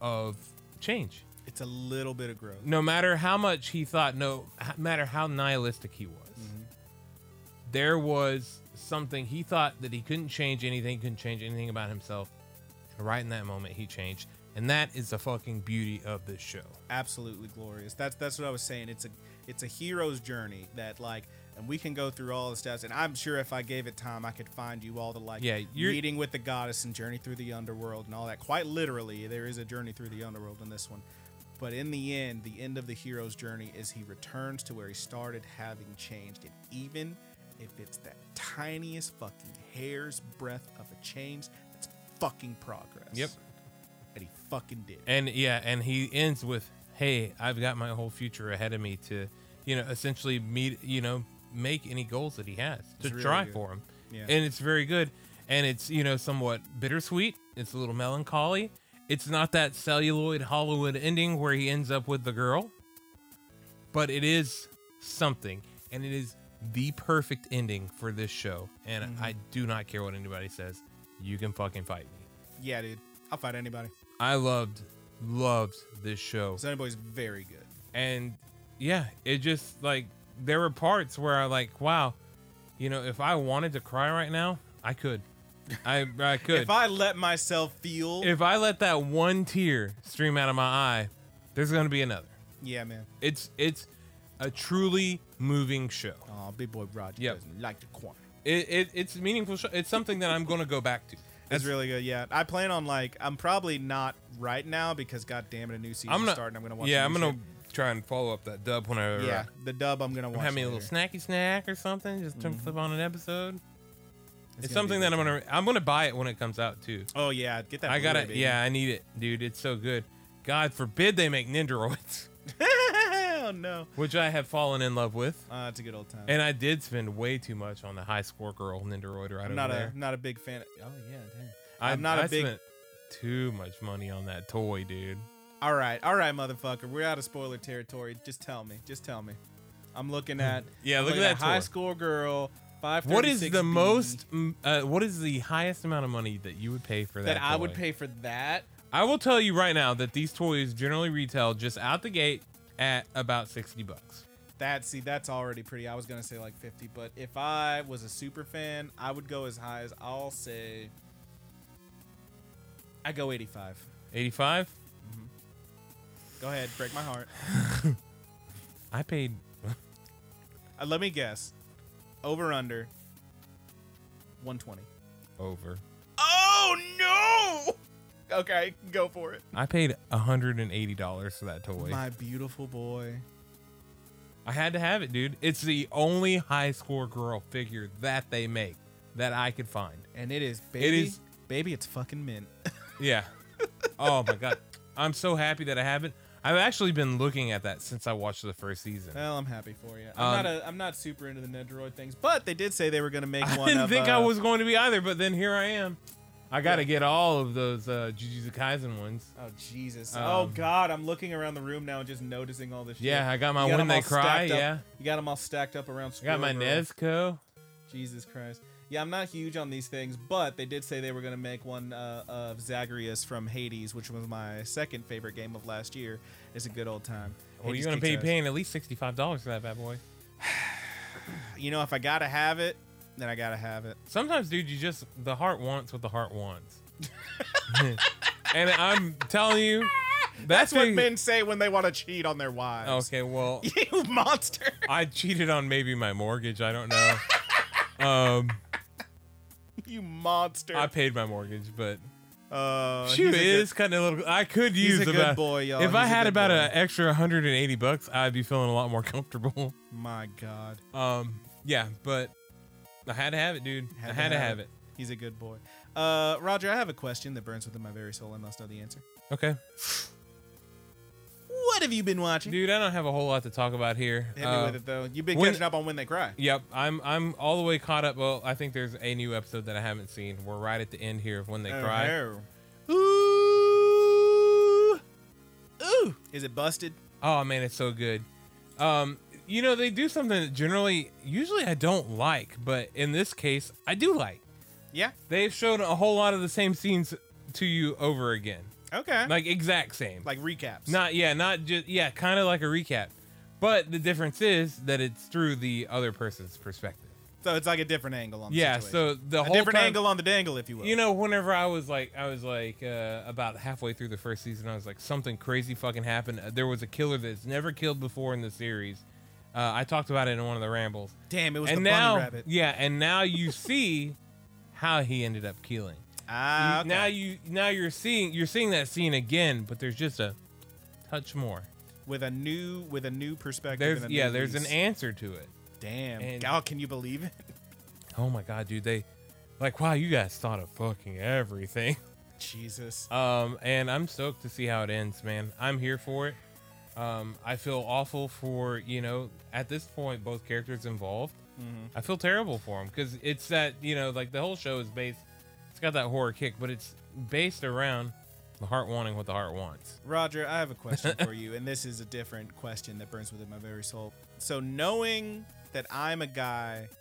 of change. It's a little bit of growth. No matter how much he thought, no h- matter how nihilistic he was, there was something he thought that he couldn't change anything, couldn't change anything about himself. And right in that moment, he changed. And that is the fucking beauty of this show. absolutely glorious. That's that's what I was saying. It's a it's a hero's journey that like and we can go through all the stats and I'm sure if I gave it time I could find you all the like Yeah, you're- meeting with the goddess and journey through the underworld and all that. Quite literally there is a journey through the underworld in this one. But in the end, the end of the hero's journey is he returns to where he started having changed. And even if it's that tiniest fucking hair's breadth of a change, that's fucking progress. Yep. And he fucking did. And yeah, and he ends with, "Hey, I've got my whole future ahead of me to, you know, essentially meet, you know, make any goals that he has to really try good. for him." Yeah. And it's very good, and it's you know somewhat bittersweet. It's a little melancholy. It's not that celluloid Hollywood ending where he ends up with the girl, but it is something, and it is the perfect ending for this show. And Mm-hmm. I do not care what anybody says. You can fucking fight me. Yeah, dude. I'll fight anybody. I loved, loved this show. Sonny Boy's very good. and yeah it just like there were parts where i like wow you know if i wanted to cry right now i could i i could If I let myself feel, if i let that one tear stream out of my eye there's gonna be another yeah, man. it's it's a truly moving show Oh, big boy Roger Yep. doesn't like the corn. it, it it's a meaningful show it's something that i'm gonna go back to That's really good. Yeah, I plan on like I'm probably not right now because god damn it, a new season i'm gonna starting. I'm gonna watch. yeah the i'm new gonna try and follow up that dub whenever shit. Yeah, the dub. I'm gonna watch. have me a little later. Mm-hmm. snacky snack or something just turn flip on an episode gonna be it's, something good that i'm gonna i'm gonna buy it when it comes out too Oh yeah, get that. I got Blu-ray, it. baby. Yeah, I need it, dude. It's so good. God forbid they make Nindroids, oh no. which I have fallen in love with, Uh, it's a good old time. and I did spend way too much on the high score girl Nindroid right I'm over not a there. not a big fan. oh yeah, damn. I- I'm not I a big. Spent too much money on that toy, dude. All right, all right, motherfucker. We're out of spoiler territory. Just tell me. Just tell me. I'm looking at. Hmm. Yeah, I'm look at looking that high tour. school girl. Five. What is the most? mm, Uh, what is the highest amount of money that you would pay for that? that I would toy? pay for that? I will tell you right now that these toys generally retail just out the gate at about sixty bucks. That see, that's already pretty. I was gonna say like fifty, but if I was a super fan, I would go as high as I'll say. I go eighty-five. Eighty-five. Go ahead, break my heart. I paid. Uh, let me guess. Over under. One twenty. Over. Oh no! Okay, go for it. I paid $180 for that toy. My beautiful boy. I had to have it, dude. It's the only high score girl figure that they make that I could find. And it is baby. is- baby. It's fucking mint. Yeah. oh my god. I'm so happy that I have it. I've actually been looking at that since I watched the first season. well, I'm happy for you. I'm Um, not. A, I'm not super into the Nedroid things, but they did say they were gonna make I one. didn't of, think I uh, was going to be either, but then here I am. I got to get all of those uh, Jujutsu Kaisen ones. Oh Jesus! Um, oh God! I'm looking around the room now and just noticing all this. shit. Yeah, I got my You 'em When They all stacked Cry, up- yeah. you got them all stacked up around. I got my Squirrel Girl. Nezuko. Jesus Christ! Yeah, I'm not huge on these things, but they did say they were gonna make one uh, of Zagreus from Hades, which was my second favorite game of last year. It's a good old time. Well, Hades you're going to kicks be ass. paying at least $65 for that bad boy. You know, if I gotta have it, then I gotta have it. Sometimes, dude, you just the heart wants what the heart wants. and I'm telling you, That's that's, what when- men say when they want to cheat on their wives. Okay, well, you monster! I cheated on maybe my mortgage. I don't know. Um, you monster! I paid my mortgage, but uh, she he's a good- is kind of little. I could he's use a good about boy, y'all. if He's I a had good about boy. an extra 180 bucks, I'd be feeling a lot more comfortable. my God. Um, yeah, but I had to have it, dude. I had to have it. He's a good boy. Uh, Roger, I have a question that burns within my very soul. I must know the answer. Okay. What What have you been watching? Dude, I don't have a whole lot to talk about here. Hit me Uh, with it though. You've been when- catching up on when they cry. Yep, I'm I'm all the way caught up. Well, I think there's a new episode that I haven't seen. We're right at the end here of when they Oh, cry. no. Ooh, ooh. Is it busted? Oh man, it's so good. Um, you know they do something that generally, usually I don't like, but in this case I do like. Yeah. They've shown a whole lot of the same scenes to you over again, Okay. Like, like exact same. recaps. Not yeah, not just yeah, kind of like a recap. But the difference is that it's through the other person's perspective. so it's like a different angle on. The Yeah, situation. so the a whole different time- angle on the dangle, if you will. You know, whenever I was like, I was like uh, about halfway through the first season, I was like, something crazy fucking happened. Uh, There was a killer that's never killed before in the series. Uh, I talked about it in one of the rambles. Damn, it was and the now, bunny rabbit. yeah, and now you see how he ended up killing. Ah, okay. Now you, now you're seeing, you're seeing that scene again, but there's just a touch more. with a new with a new perspective. There's and a yeah, new there's an lease. answer to it. Damn. and- God, can you believe it? Oh my god, dude, they, like, wow, you guys thought of fucking everything. Jesus. Um, and I'm stoked to see how it ends, man. I'm here for it. Um, I feel awful for you know at this point both characters involved. I feel terrible for them because it's that you know like the whole show is based. It's got that horror kick, but it's based around the heart wanting what the heart wants. Roger, I have a question for you, and this is a different question that burns within my very soul. So, knowing that I'm a guy who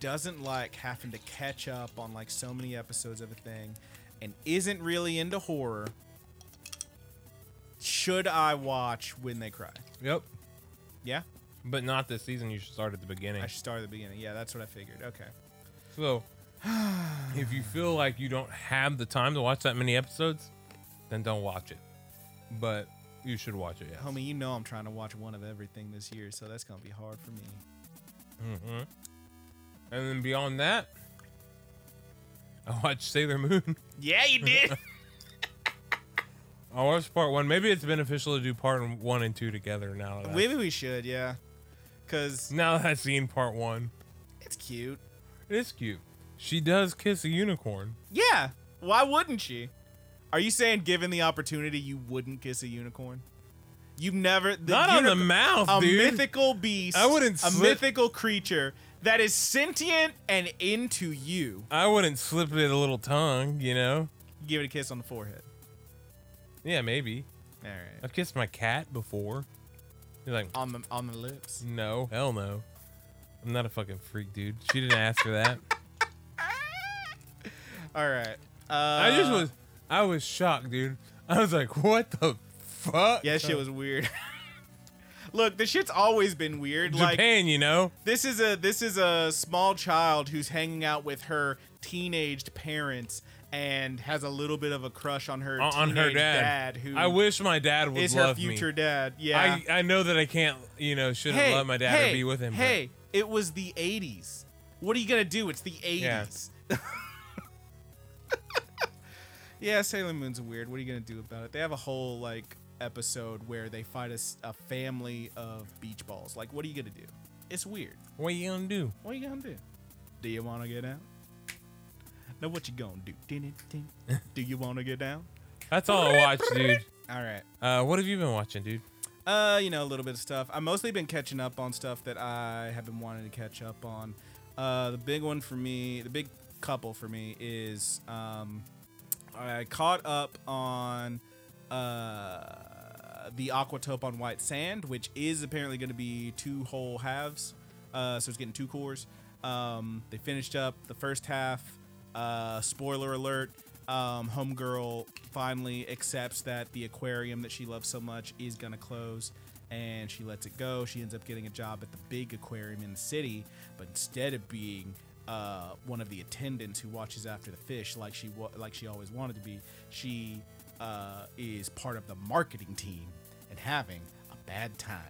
doesn't like having to catch up on like so many episodes of a thing and isn't really into horror, should I watch When They Cry? Yep. Yeah, But not this season. You should start at the beginning. I should start at the beginning. Yeah, that's what I figured. Okay. so if you feel like you don't have the time to watch that many episodes, then don't watch it. But you should watch it. Yeah. Homie, you know I'm trying to watch one of everything this year, so that's going to be hard for me. hmm And then beyond that, I watched Sailor Moon. Yeah, you did. I watched part one. Maybe it's beneficial to do part one and two together now. That Maybe we should, yeah. Because now that I've seen part one, it's cute. it is cute. She does kiss a unicorn. Yeah. Why wouldn't you? Are you saying given the opportunity you wouldn't kiss a unicorn? You've never the Not on the unicorn- mouth, a dude. mythical beast. I wouldn't a slip- mythical creature that is sentient and into you. I wouldn't slip it a little tongue, you know? Give it a kiss on the forehead. Yeah, maybe. All right. I've kissed my cat before. You're like, On the on the lips. no, hell no. I'm not a fucking freak, dude. She didn't ask for that. All right. Uh, I just was, I was shocked, dude. I was like, what the fuck? Yeah, that shit was weird. Look, the shit's always been weird. Like Japan, you know. This is a this is a small child who's hanging out with her teenaged parents and has a little bit of a crush on her on on her teenage dad. who I wish my dad would is her love future me. dad. Yeah. I, I know that I can't, you know, shouldn't hey, love my dad hey, or be with him. but- Hey, it was the 80s. What are you going to do? It's the 80s. Yeah. Yeah, Sailor Moon's weird. What are you gonna do about it? They have a whole like episode where they fight a, s- a family of beach balls. Like, what are you gonna do? It's weird. what you gonna do? What you gonna do? Do you wanna get out? Now what you gonna do? Din it, din. Do you wanna get down? That's all I watch, dude. All right. Uh, what have you been watching, dude? Uh, you know, a little bit of stuff. I've mostly been catching up on stuff that I have been wanting to catch up on. Uh, the big one for me, the big couple for me is um, I caught up on uh, the Aquatope on White Sand, which is apparently going to be two whole halves. Uh, so it's getting two cores. Um, they finished up the first half. Uh, spoiler alert. Um, Homegirl finally accepts that the aquarium that she loves so much is going to close and she lets it go. She ends up getting a job at the big aquarium in the city, but instead of being uh, one of the attendants who watches after the fish like she wa- like she always wanted to be, she uh, is part of the marketing team and having a bad time.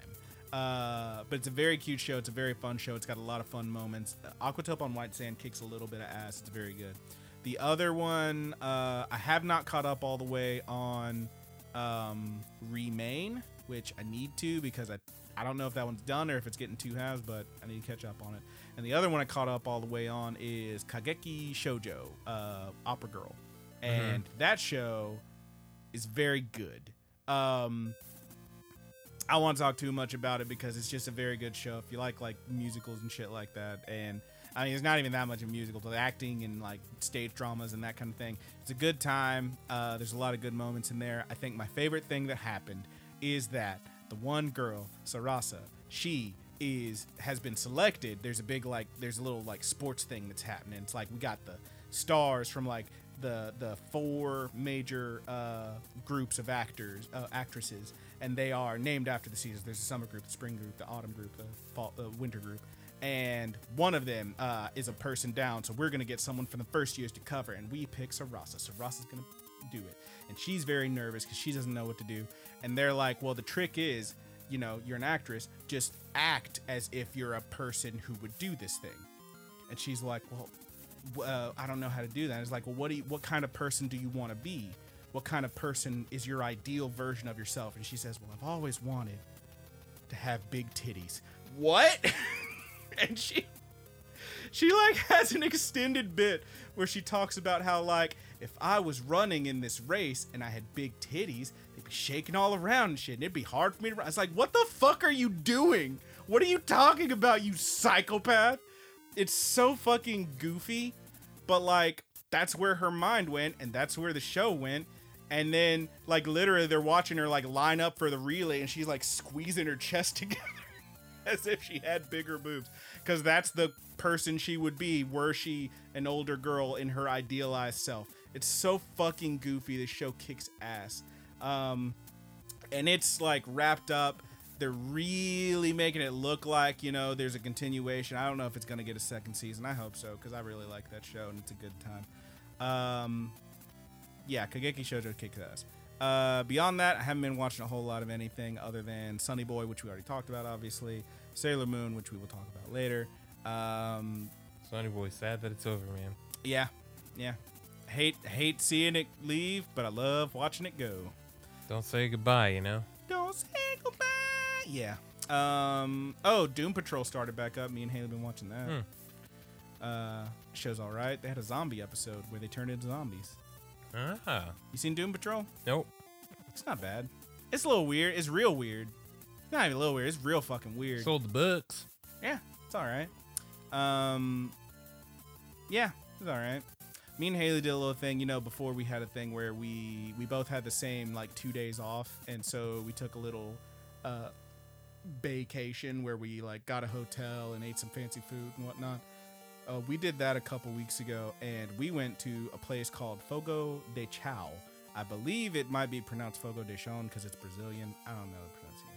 Uh, but it's a very cute show. It's a very fun show. It's got a lot of fun moments. Aquatope on White Sand kicks a little bit of ass. It's very good. The other one, uh, I have not caught up all the way on um, Remain, which I need to because I, I don't know if that one's done or if it's getting two halves, but I need to catch up on it. And the other one I caught up all the way on is Kageki Shoujo, uh, Opera Girl. And that show is very good. Um, I won't talk too much about it because it's just a very good show. If you like like musicals and shit like that, and I mean, it's not even that much of musical, but acting and like stage dramas and that kind of thing. It's a good time. Uh, there's a lot of good moments in there. I think my favorite thing that happened is that the one girl, Sarasa, she is has been selected. There's a big like there's a little like sports thing that's happening. It's like we got the stars from like the the four major uh, groups of actors uh, actresses, and they are named after the seasons. There's a summer group, the spring group, the autumn group, the fall, uh, winter group, and one of them uh, is a person down. So we're gonna get someone from the first years to cover, and we pick Sarasa. Sarasa's gonna do it, and she's very nervous because she doesn't know what to do. And they're like, well, the trick is. You know, you're an actress. Just act as if you're a person who would do this thing. And she's like, "Well, w- uh, I don't know how to do that." It's like, "Well, what do you, what kind of person do you want to be? What kind of person is your ideal version of yourself?" And she says, "Well, I've always wanted to have big titties." What? and she she like has an extended bit where she talks about how like if I was running in this race and I had big titties, they'd be shaking all around and shit, and it'd be hard for me to run. It's like, what the fuck are you doing? What are you talking about, you psychopath? It's so fucking goofy, but like that's where her mind went, and that's where the show went. And then like literally they're watching her like line up for the relay and she's like squeezing her chest together as if she had bigger boobs because that's the person she would be were she an older girl in her idealized self it's so fucking goofy this show kicks ass um, and it's like wrapped up they're really making it look like you know there's a continuation i don't know if it's gonna get a second season i hope so because i really like that show and it's a good time um, yeah kageki shoujo kicks ass uh, beyond that, I haven't been watching a whole lot of anything other than Sunny Boy, which we already talked about, obviously. Sailor Moon, which we will talk about later. Um, Sonny Boy, sad that it's over, man. yeah, yeah. Hate hate seeing it leave, but I love watching it go. Don't say goodbye, you know? Don't say goodbye. Yeah. Um. Oh, Doom Patrol started back up. Me and Haley been watching that. Uh, show's all right. They had a zombie episode where they turned into zombies. Ah. You seen Doom Patrol? Nope. It's not bad. It's a little weird. It's real weird. Not even a little weird. It's real fucking weird. Sold the books. yeah, it's all right. Um, yeah, it's all right. Me and Haley did a little thing, you know, before we had a thing where we we both had the same like two days off, and so we took a little uh, vacation where we like got a hotel and ate some fancy food and whatnot. Uh, we did that a couple weeks ago, and we went to a place called Fogo de Chao. I believe it might be pronounced Fogo de Chão because it's Brazilian. I don't know the pronunciation.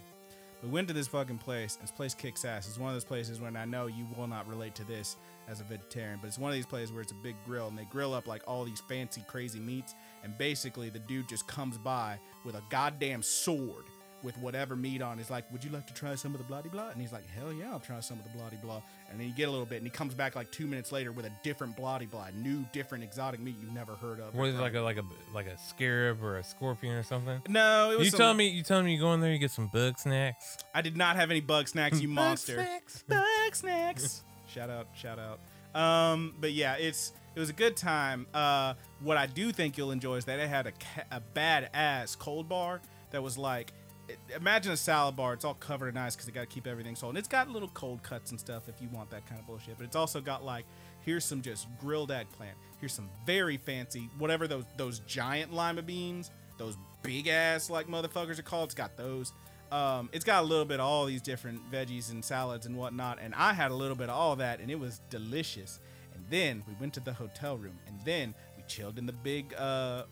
We went to this fucking place. This place kicks ass. It's one of those places when I know you will not relate to this as a vegetarian, but it's one of these places where it's a big grill and they grill up like all these fancy, crazy meats. And basically, the dude just comes by with a goddamn sword with whatever meat on. He's like, "Would you like to try some of the bloody blah?" And he's like, "Hell yeah, I'll try some of the bloody blah." And then you get a little bit, and he comes back like two minutes later with a different bloody blah, new, different, exotic meat you've never heard of. What is it, like a like a like a scarab or a scorpion or something? no, it was You some- tell me you tell me you go in there, you get some bug snacks. I did not have any bug snacks, you Bug monster. snacks. Bug snacks. shout out, shout out. Um, but yeah, it's it was a good time. Uh, what I do think you'll enjoy is that it had a ca- a badass cold bar that was like. i- Imagine a salad bar. It's all covered in ice because they got to keep everything sold. And it's got little cold cuts and stuff if you want that kind of bullshit. But it's also got like, here's some just grilled eggplant. Here's some very fancy, whatever those those giant lima beans, those big ass like motherfuckers are called. It's got those. Um, it's got a little bit of all these different veggies and salads and whatnot, and I had a little bit of all that, and it was delicious. And then we went to the hotel room, and then we chilled in the big uh,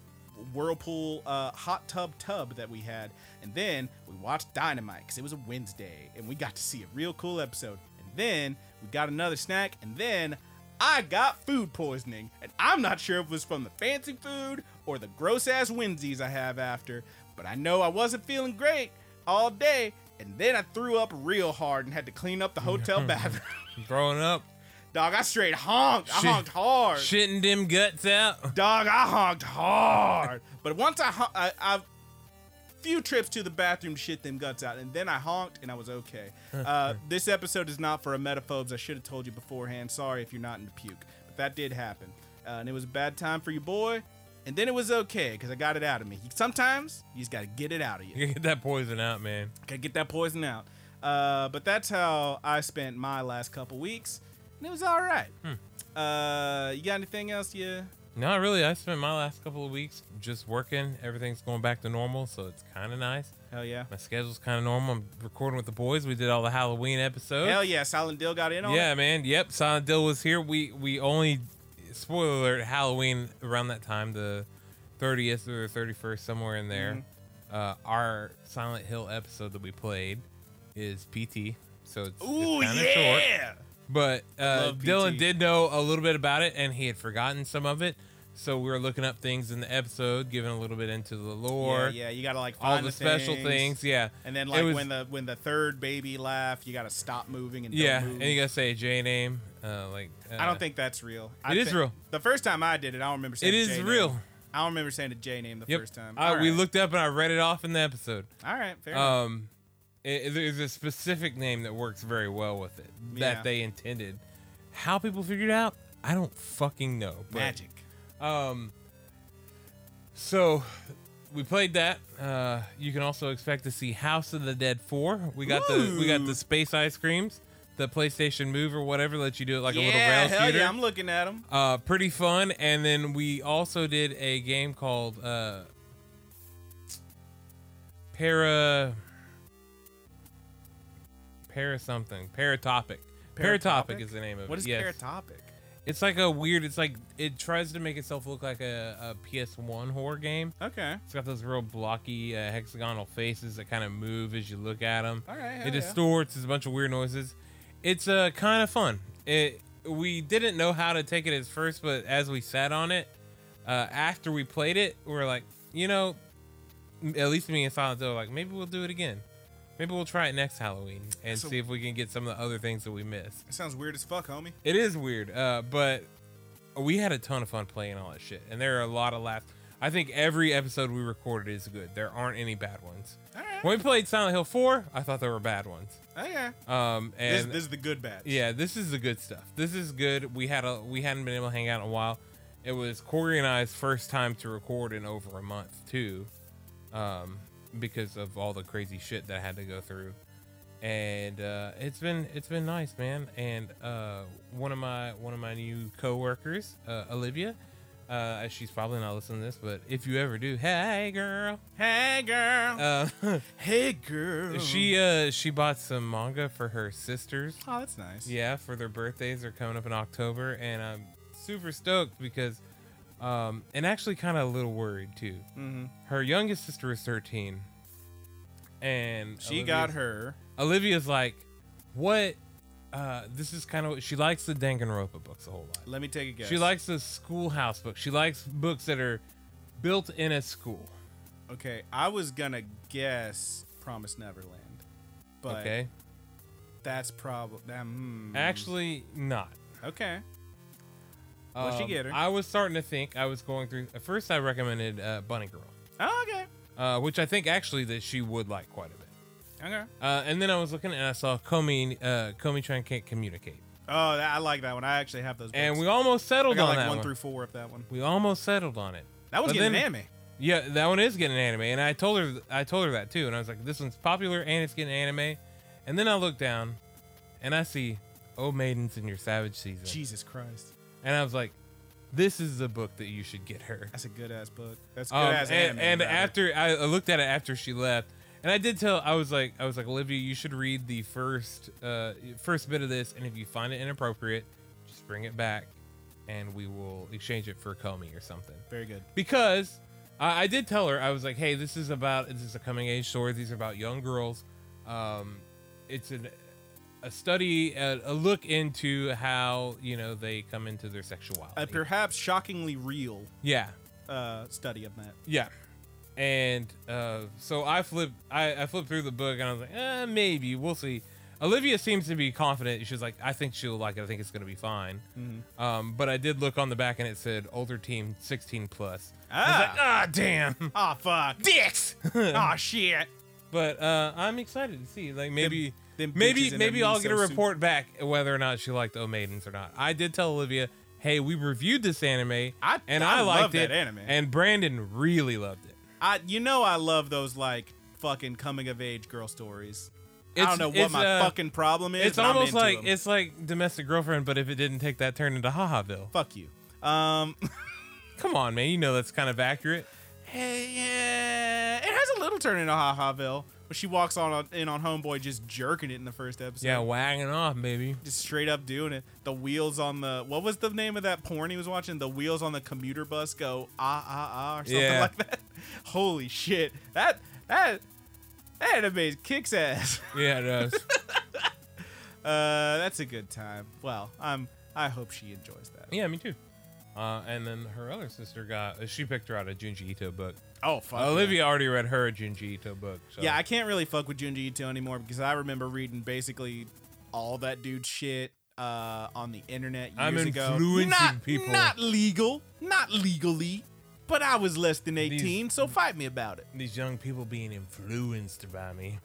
whirlpool uh, hot tub tub that we had, and then we watched Dynamite because it was a Wednesday, and we got to see a real cool episode. And then we got another snack, and then I got food poisoning, and I'm not sure if it was from the fancy food or the gross ass Wednesdays I have after, but I know I wasn't feeling great all day, and then I threw up real hard and had to clean up the hotel bathroom. Throwing up, Dog, I straight honked. I Shit. honked hard. shitting them guts out. Dog, I honked hard. but once I, hon- I, I, few trips to the bathroom, shit them guts out, and then I honked and I was okay. Uh, this episode is not for emetophobes. I should have told you beforehand. Sorry if you're not into puke, but that did happen, uh, and it was a bad time for your boy. and then it was okay because I got it out of me. Sometimes you just gotta get it out of you. You gotta get that poison out, man. Gotta get that poison out. Uh, but that's how I spent my last couple weeks, and it was all right. Hmm. Uh, you got anything else? Yeah. Not really. I spent my last couple of weeks just working. Everything's going back to normal, so it's kind of nice. Hell yeah. My schedule's kind of normal. I'm recording with the boys. We did all the Halloween episodes. Hell yeah. Silent Dill got in on yeah, it. man. Yep, Silent Dill was here. We we only spoiler alert Halloween around that time, the 30th or 31st, somewhere in there. Mm-hmm. Uh, our Silent Hill episode that we played is PT, so it's, Ooh kind of short. yeah. But uh, Love Dylan PT. did know a little bit about it, and he had forgotten some of it. So we were looking up things in the episode, giving a little bit into the lore, yeah. Yeah. You gotta like all find the, special things. Yeah, And then It like was- when the when the third baby laugh, you gotta stop moving and don't yeah, move. and you gotta say a J name, uh, like uh, I don't think that's real. I It is thi- real. The first time I did it, I don't remember saying it a is J name. real. I don't remember saying a J name the Yep. first time. I, We Alright. looked up and I read it off in the episode. All right, fair. enough. Um, it, it- there's a specific name that works very well with it Yeah. that they intended. How people figured it out, I don't fucking know. but- Magic. Um, so we played that. Uh, you can also expect to see House of the Dead Four. We got the we got Ooh. the space ice creams, the PlayStation Move or whatever lets you do it like a little yeah, rail hell shooter. yeah, I'm looking at them. uh, pretty fun. And then we also did a game called uh, Para Para something Paratopic. Paratopic Paratopic? is the name of it. What is yes. paratopic? It's like a weird. It's like it tries to make itself look like a, a PS1 horror game. Okay, It's got those real blocky uh, hexagonal faces that kind of move as you look at them. all right. it hell yeah. distorts. It's a bunch of weird noises. It's uh, kind of fun. It we didn't know how to take it at first, but as we sat on it, uh, after we played it, we were like, you know, m- at least me and Silent Hill, were like maybe we'll do it again. Maybe we'll try it next Halloween and So- see if we can get some of the other things that we missed. It sounds weird as fuck, homie. It is weird, uh, but we had a ton of fun playing all that shit, and there are a lot of laughs. I think every episode we recorded is good. There aren't any bad ones. All right. When we played Silent Hill 4, I thought there were bad ones. Okay. Oh, Um, This, and this is the good batch. yeah, this is the good stuff. This is good. We had a we hadn't been able to hang out in a while. It was Corey and I's first time to record in over a month too, um, because of all the crazy shit that I had to go through, and uh, it's been it's been nice, man. And uh, one of my one of my new coworkers, uh, Olivia, uh, she's probably not listening to this, but if you ever do, hey girl, Hey girl. uh, hey girl. she uh, she bought some manga for her sisters. Oh, that's nice. Yeah, for their birthdays. They're coming up in October, and I'm super stoked because, um, and actually kind of a little worried too. hmm Her youngest sister is 13, and She got Olivia's- her. Olivia's like, what? Uh, this is kind of what she likes the Danganronpa books a whole lot. Let me take a guess. She likes the schoolhouse books. She likes books that are built in a school. Okay, I was gonna guess Promise Neverland, but okay, that's probably. Hmm. actually not. Okay. What'd she Um, get her? I was starting to think I was going through. At first, I recommended uh, Bunny Girl. Oh, okay. uh, which I think actually that she would like quite a bit. Okay. Uh, and then I was looking and I saw Comey, uh, Comey trying can't communicate, Oh, that, I like that one. I actually have those. and we books. almost I settled got on like that one, one. through four of that one. we almost settled on it. That was But getting then- an anime. Yeah, that one is getting anime, and I told her th- I told her that too, and I was like, this one's popular and it's getting anime. And then I look down, and I see Oh Maidens in Your Savage Season, Jesus Christ, and I was like, this is the book that you should get her. that's a good ass book. That's good Um, ass anime. and and rather. after I I looked at it after she left, and I did tell I was like I was like Olivia, you should read the first uh, first bit of this, and if you find it inappropriate, just bring it back, and we will exchange it for Comey or something. very good. Because I, I did tell her I was like, hey, this is about this is a coming age story. These are about young girls. Um, it's an a study, a, a look into how you know they come into their sexuality. A perhaps shockingly real yeah, uh, study of that. Yeah. And uh, so I flipped I, I flipped through the book and I was like, eh, maybe, we'll see. Olivia seems to be confident. She's like, I think she'll like it. I think it's gonna be fine. Mm-hmm. Um, but I did look on the back and it said older team, 16 plus. I was Ah. like, ah, damn, Oh fuck. dicks. oh shit. but uh, I'm excited to see. Like maybe, Them- them bitches maybe, in their maybe I'll get a miso soup. report back whether or not she liked O Maidens or not. I did tell Olivia, hey, we reviewed this anime I- and I I, love liked that it, anime. and Brandon really loved it. I you know I love those like fucking coming of age girl stories. I It's- don't know what it's, my uh, fucking problem is. It's and I'm almost into like 'em. it's like domestic girlfriend, but if it didn't take that turn into Hahaville. fuck you. Um, Come on, man, you know that's kind of accurate. hey, yeah, it has a little turn into Ha Ha Ville, where she walks on on- in on Homeboy just jerking it in the first episode. Yeah, wagging off, baby. just straight up doing it. The wheels on the what was the name of that porn he was watching? The wheels on the commuter bus go ah ah ah or something Yeah. like that. Holy shit, that that that anime kicks ass. Yeah, it does. Uh, that's a good time. Well, I'm I hope she enjoys that. yeah, me too. Uh, and then her other sister got uh, she picked her out a Junji Ito book. Oh fuck, Olivia already read her a Junji Ito book. So. Yeah, I can't really fuck with Junji Ito anymore because I remember reading basically all that dude shit uh, on the internet years I'm ago. influencing not, people. Not legal, not legally, but I was less than 18, so fight me about it. these young people being influenced by me.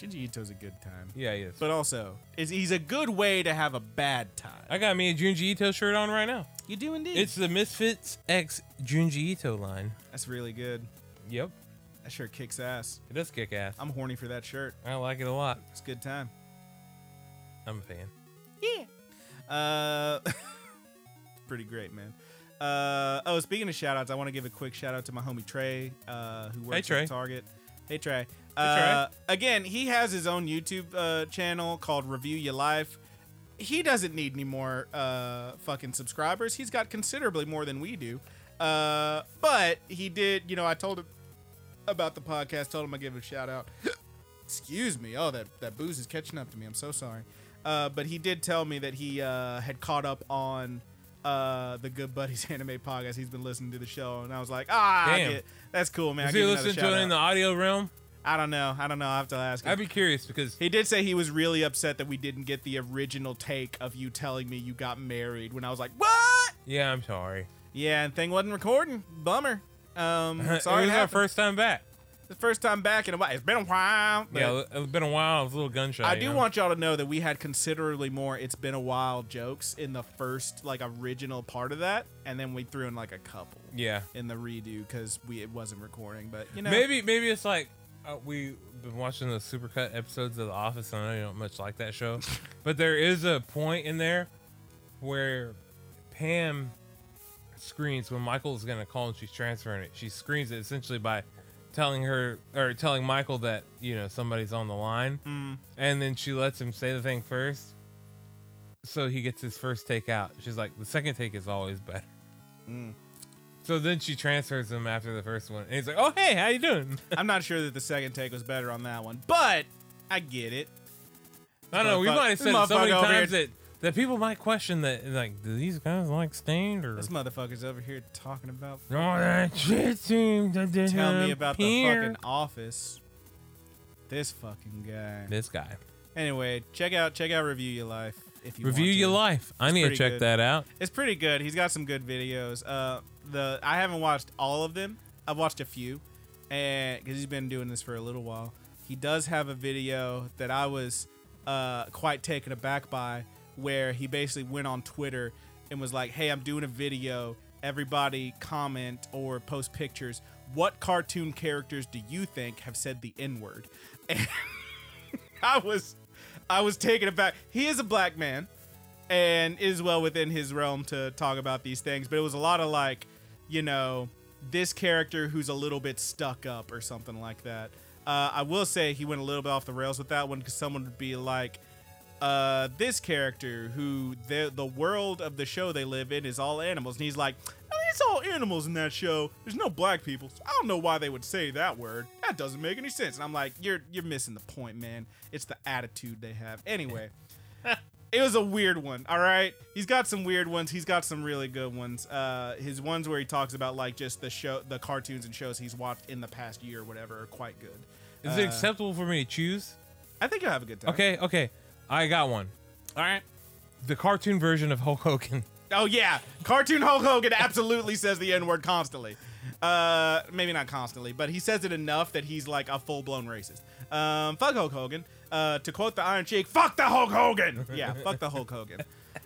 Junji Ito's a good time, Yeah, yes. but also is he's a good way to have a bad time. I got me a Junji Ito shirt on right now. You do indeed. It's the Misfits X Junji Ito line. That's really good. Yep, That shirt kicks ass. it does kick ass. I'm horny for that shirt. I like it a lot. It's a good time. I'm a fan. Yeah. Uh, pretty great, man. Uh, oh, speaking of shout outs, I want to give a quick shout out to my homie Trey, uh, who works Trey. at Target. Hey, Trey. Uh, Again, he has his own YouTube uh, channel called Review Your Life. He doesn't need any more uh, fucking subscribers. He's got considerably more than we do. Uh, but he did, you know, I told him about the podcast, told him I'd give him a shout out. Excuse me. Oh, that, that booze is catching up to me. I'm so sorry. Uh, but he did tell me that he uh, had caught up on uh, the Good Buddies anime podcast. He's been listening to the show, and I was like, ah, I Damn. get- that's cool, man. Does I'll he give you another listen to it in the shout-out. audio realm? I don't know. I don't know. I have to ask him. I'd be curious because he did say he was really upset that we didn't get the original take of you telling me you got married when I was like, what? yeah, I'm sorry. Yeah, and thing wasn't recording. Bummer. Um, it was sorry, it our happened. first time back. the first time back in a while. It's been a while. but- Yeah, it's been a while. I was a little gunshot. I you do know? want y'all to know that we had considerably more "It's been a while" jokes in the first like original part of that, and then we threw in like a couple Yeah, in the redo because we it wasn't recording. But you know, maybe maybe it's like uh, we've been watching the supercut episodes of The Office, and I know you don't much like that show, but there is a point in there where Pam screens when Michael's gonna call and she's transferring it. She screens it essentially by telling her or telling Michael that you know somebody's on the line, Mm. and then she lets him say the thing first. So he gets his first take out. She's like, the second take is always better. Mm. So then she transfers him after the first one, and he's like, "Oh hey, how you doing?" I'm not sure that the second take was better on that one, but I get it. I don't know. We Motherfucker- might have said this it so many motherfucker over times that, that people might question that, like, do these guys like stained or? This motherfucker's over here talking about. No, that shit seems to Tell me about the disappear. fucking office. This fucking guy. This guy. Anyway, check out check out review your life if you Review want your to. life. I need to pretty check good. that out. It's pretty good. He's got some good videos. Uh, the I haven't watched all of them. I've watched a few, and because he's been doing this for a little while, he does have a video that I was uh, quite taken aback by, where he basically went on Twitter and was like, "Hey, I'm doing a video. Everybody comment or post pictures. What cartoon characters do you think have said the N word?" And I was, I was taken aback. He is a black man and it is well within his realm to talk about these things. But it was a lot of like, you know, this character who's a little bit stuck up or something like that. Uh, I will say he went a little bit off the rails with that one because someone would be like, uh, this character who the the world of the show they live in is all animals, and he's like, "Oh, it's all animals in that show. There's no black people. So I don't know why they would say that word. That doesn't make any sense. And I'm like, you're you're missing the point, man. It's the attitude they have. Anyway, it was a weird one. All right, he's got some weird ones. He's got some really good ones. Uh, his ones where he talks about like just the show, the cartoons and shows he's watched in the past year or whatever are quite good. Is it acceptable for me to choose? Uh, I think you'll have a good time. Okay, okay. I got one. All right. The cartoon version of Hulk Hogan. Oh yeah, cartoon Hulk Hogan absolutely says the N word constantly. Uh, maybe not constantly, but he says it enough that he's like a full blown racist. Um, fuck Hulk Hogan. Uh, to quote the Iron Sheik, fuck the Hulk Hogan. Yeah, fuck the Hulk Hogan.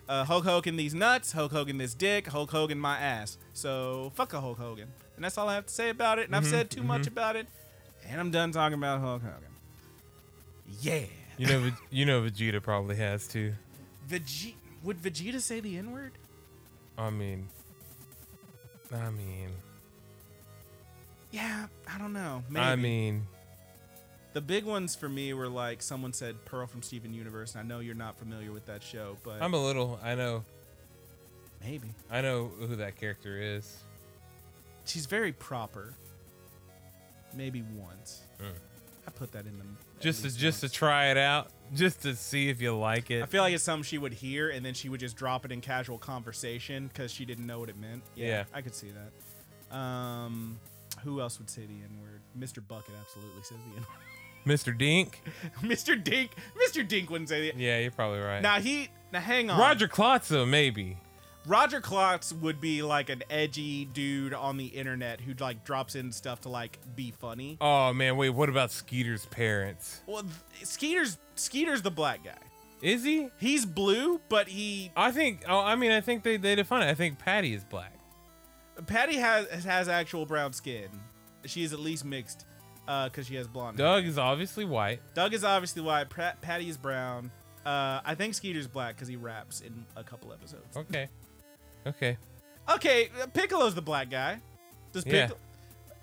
uh, Hulk Hogan these nuts, Hulk Hogan this dick, Hulk Hogan my ass. So fuck a Hulk Hogan, and that's all I have to say about it. And Mm-hmm, I've said too much about it, and I'm done talking about Hulk Hogan. Yeah, You know, Ve- you know, Vegeta probably has too. Vegeta. Would Vegeta say the N word? I mean, I mean, Yeah, I don't know. Maybe. I mean, the big ones for me were like someone said Pearl from Steven Universe, and I know you're not familiar with that show, but I'm a little. I know, maybe I know who that character is. she's very proper. Maybe once. Mm. I put that in the Just to just to try it out, just to see if you like it. I feel like it's something she would hear, and then she would just drop it in casual conversation because she didn't know what it meant. Yeah. I could see that. Um, who else would say the N word? Mr. Bucket absolutely says the N Mr. Dink. word. Mr. Dink, Mr. Dink wouldn't say the. Yeah, you're probably right. Now he, now hang on. Roger Klotza, maybe. Roger Klotz would be like an edgy dude on the internet who like drops in stuff to like be funny. Oh man, wait. What about Skeeter's parents? Well, th- Skeeter's Skeeter's the black guy. Is he? He's blue, but he I think. Oh, I mean, I think they they define it. I think Patty is black. Patty has has actual brown skin. She is at least mixed because she has blonde. hair. Doug is obviously white. Doug is obviously white. Pat, Patty is brown. Uh, I think Skeeter's black because he raps in a couple episodes. Okay. Okay. Okay, Piccolo's the black guy. Does Yeah. Piccolo?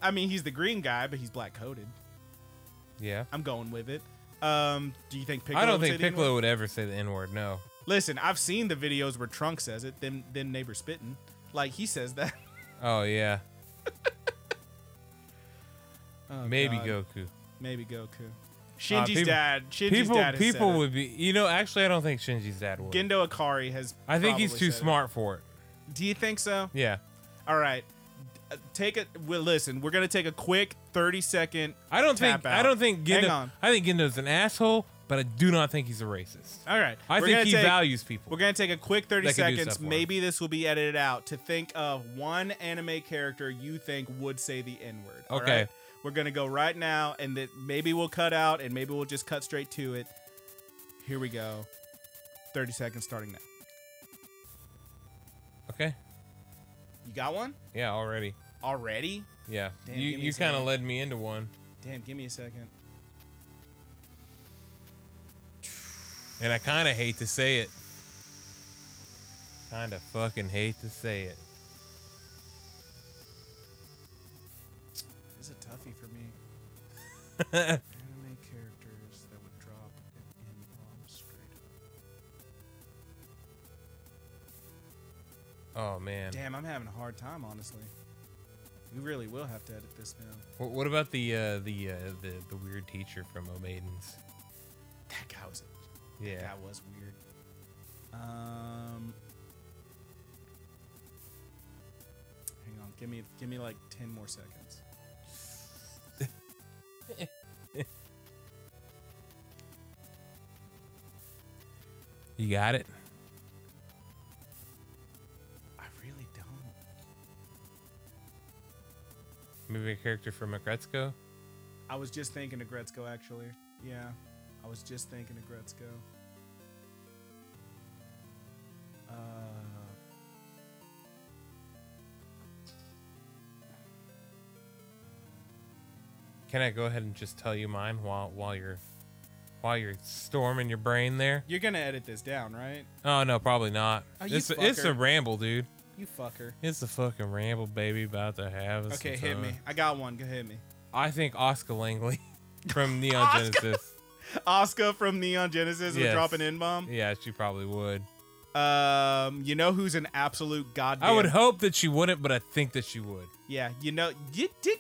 I mean, he's the green guy, but he's black coated. Yeah. I'm going with it. Um, do you think Piccolo? I don't would say think the N-word? Piccolo would ever say the N word. No. Listen, I've seen the videos where Trunk says it. Them, them neighbor spitting. Like he says that. Oh yeah. Oh, Maybe God. Goku. Maybe Goku. Shinji's Uh, people- dad. Shinji's people dad. Has people said it. would be. You know, actually, I don't think Shinji's dad would. Gendo Akari has. I think he's probably too said it. smart for it. Do you think so? Yeah. All right. Uh, Take a well, listen. We're gonna take a quick thirty second. I don't Tap think. I out. don't think Hang Gendo. on. I think Gendo's an asshole, but I do not think he's a racist. All right. I We're think gonna he take- values people. We're gonna take a quick thirty That can do seconds. stuff for him. Maybe this will be edited out to think of one anime character you think would say the N word. all Okay. right? We're gonna go right now, and that maybe we'll cut out, and maybe we'll just cut straight to it. Here we go. Thirty seconds starting now. Okay. You got one Yeah. Already. already? Yeah. Damn, you give me you a kind of second. led me into one, Damn, give me a second. and I kind of hate to say it. Kind of fucking hate to say it. This is a toughie for me. Anime characters that would drop an N bomb straight up. Oh man. Damn, I'm having a hard time, honestly. We really will have to edit this down. What, what about the uh, the uh, the the weird teacher from O'Maidens? That guy was a Yeah. That was weird. Um, hang on, give me give me like ten more seconds. You got it. I really don't. Maybe a character from Akretsuko? I was just thinking of Gretzko actually. Yeah, I was just thinking of Gretzko. Uh, Can I go ahead and just tell you mine while while you're while you're storming your brain there? you're gonna edit this down, right? Oh no, probably not. Oh, you it's a, it's a fucker. ramble, dude. You fucker. It's a fucking ramble, baby. About to have us. Okay, some hit me. fun. I got one. Go hit me. I think Oscar Langley from Neon Oscar- Genesis. Oscar from Neon Genesis would Yes. drop an N bomb. Yeah, she probably would. Um, you know who's an absolute goddamn I would hope that she wouldn't, but I think that she would. Yeah, you know, you did.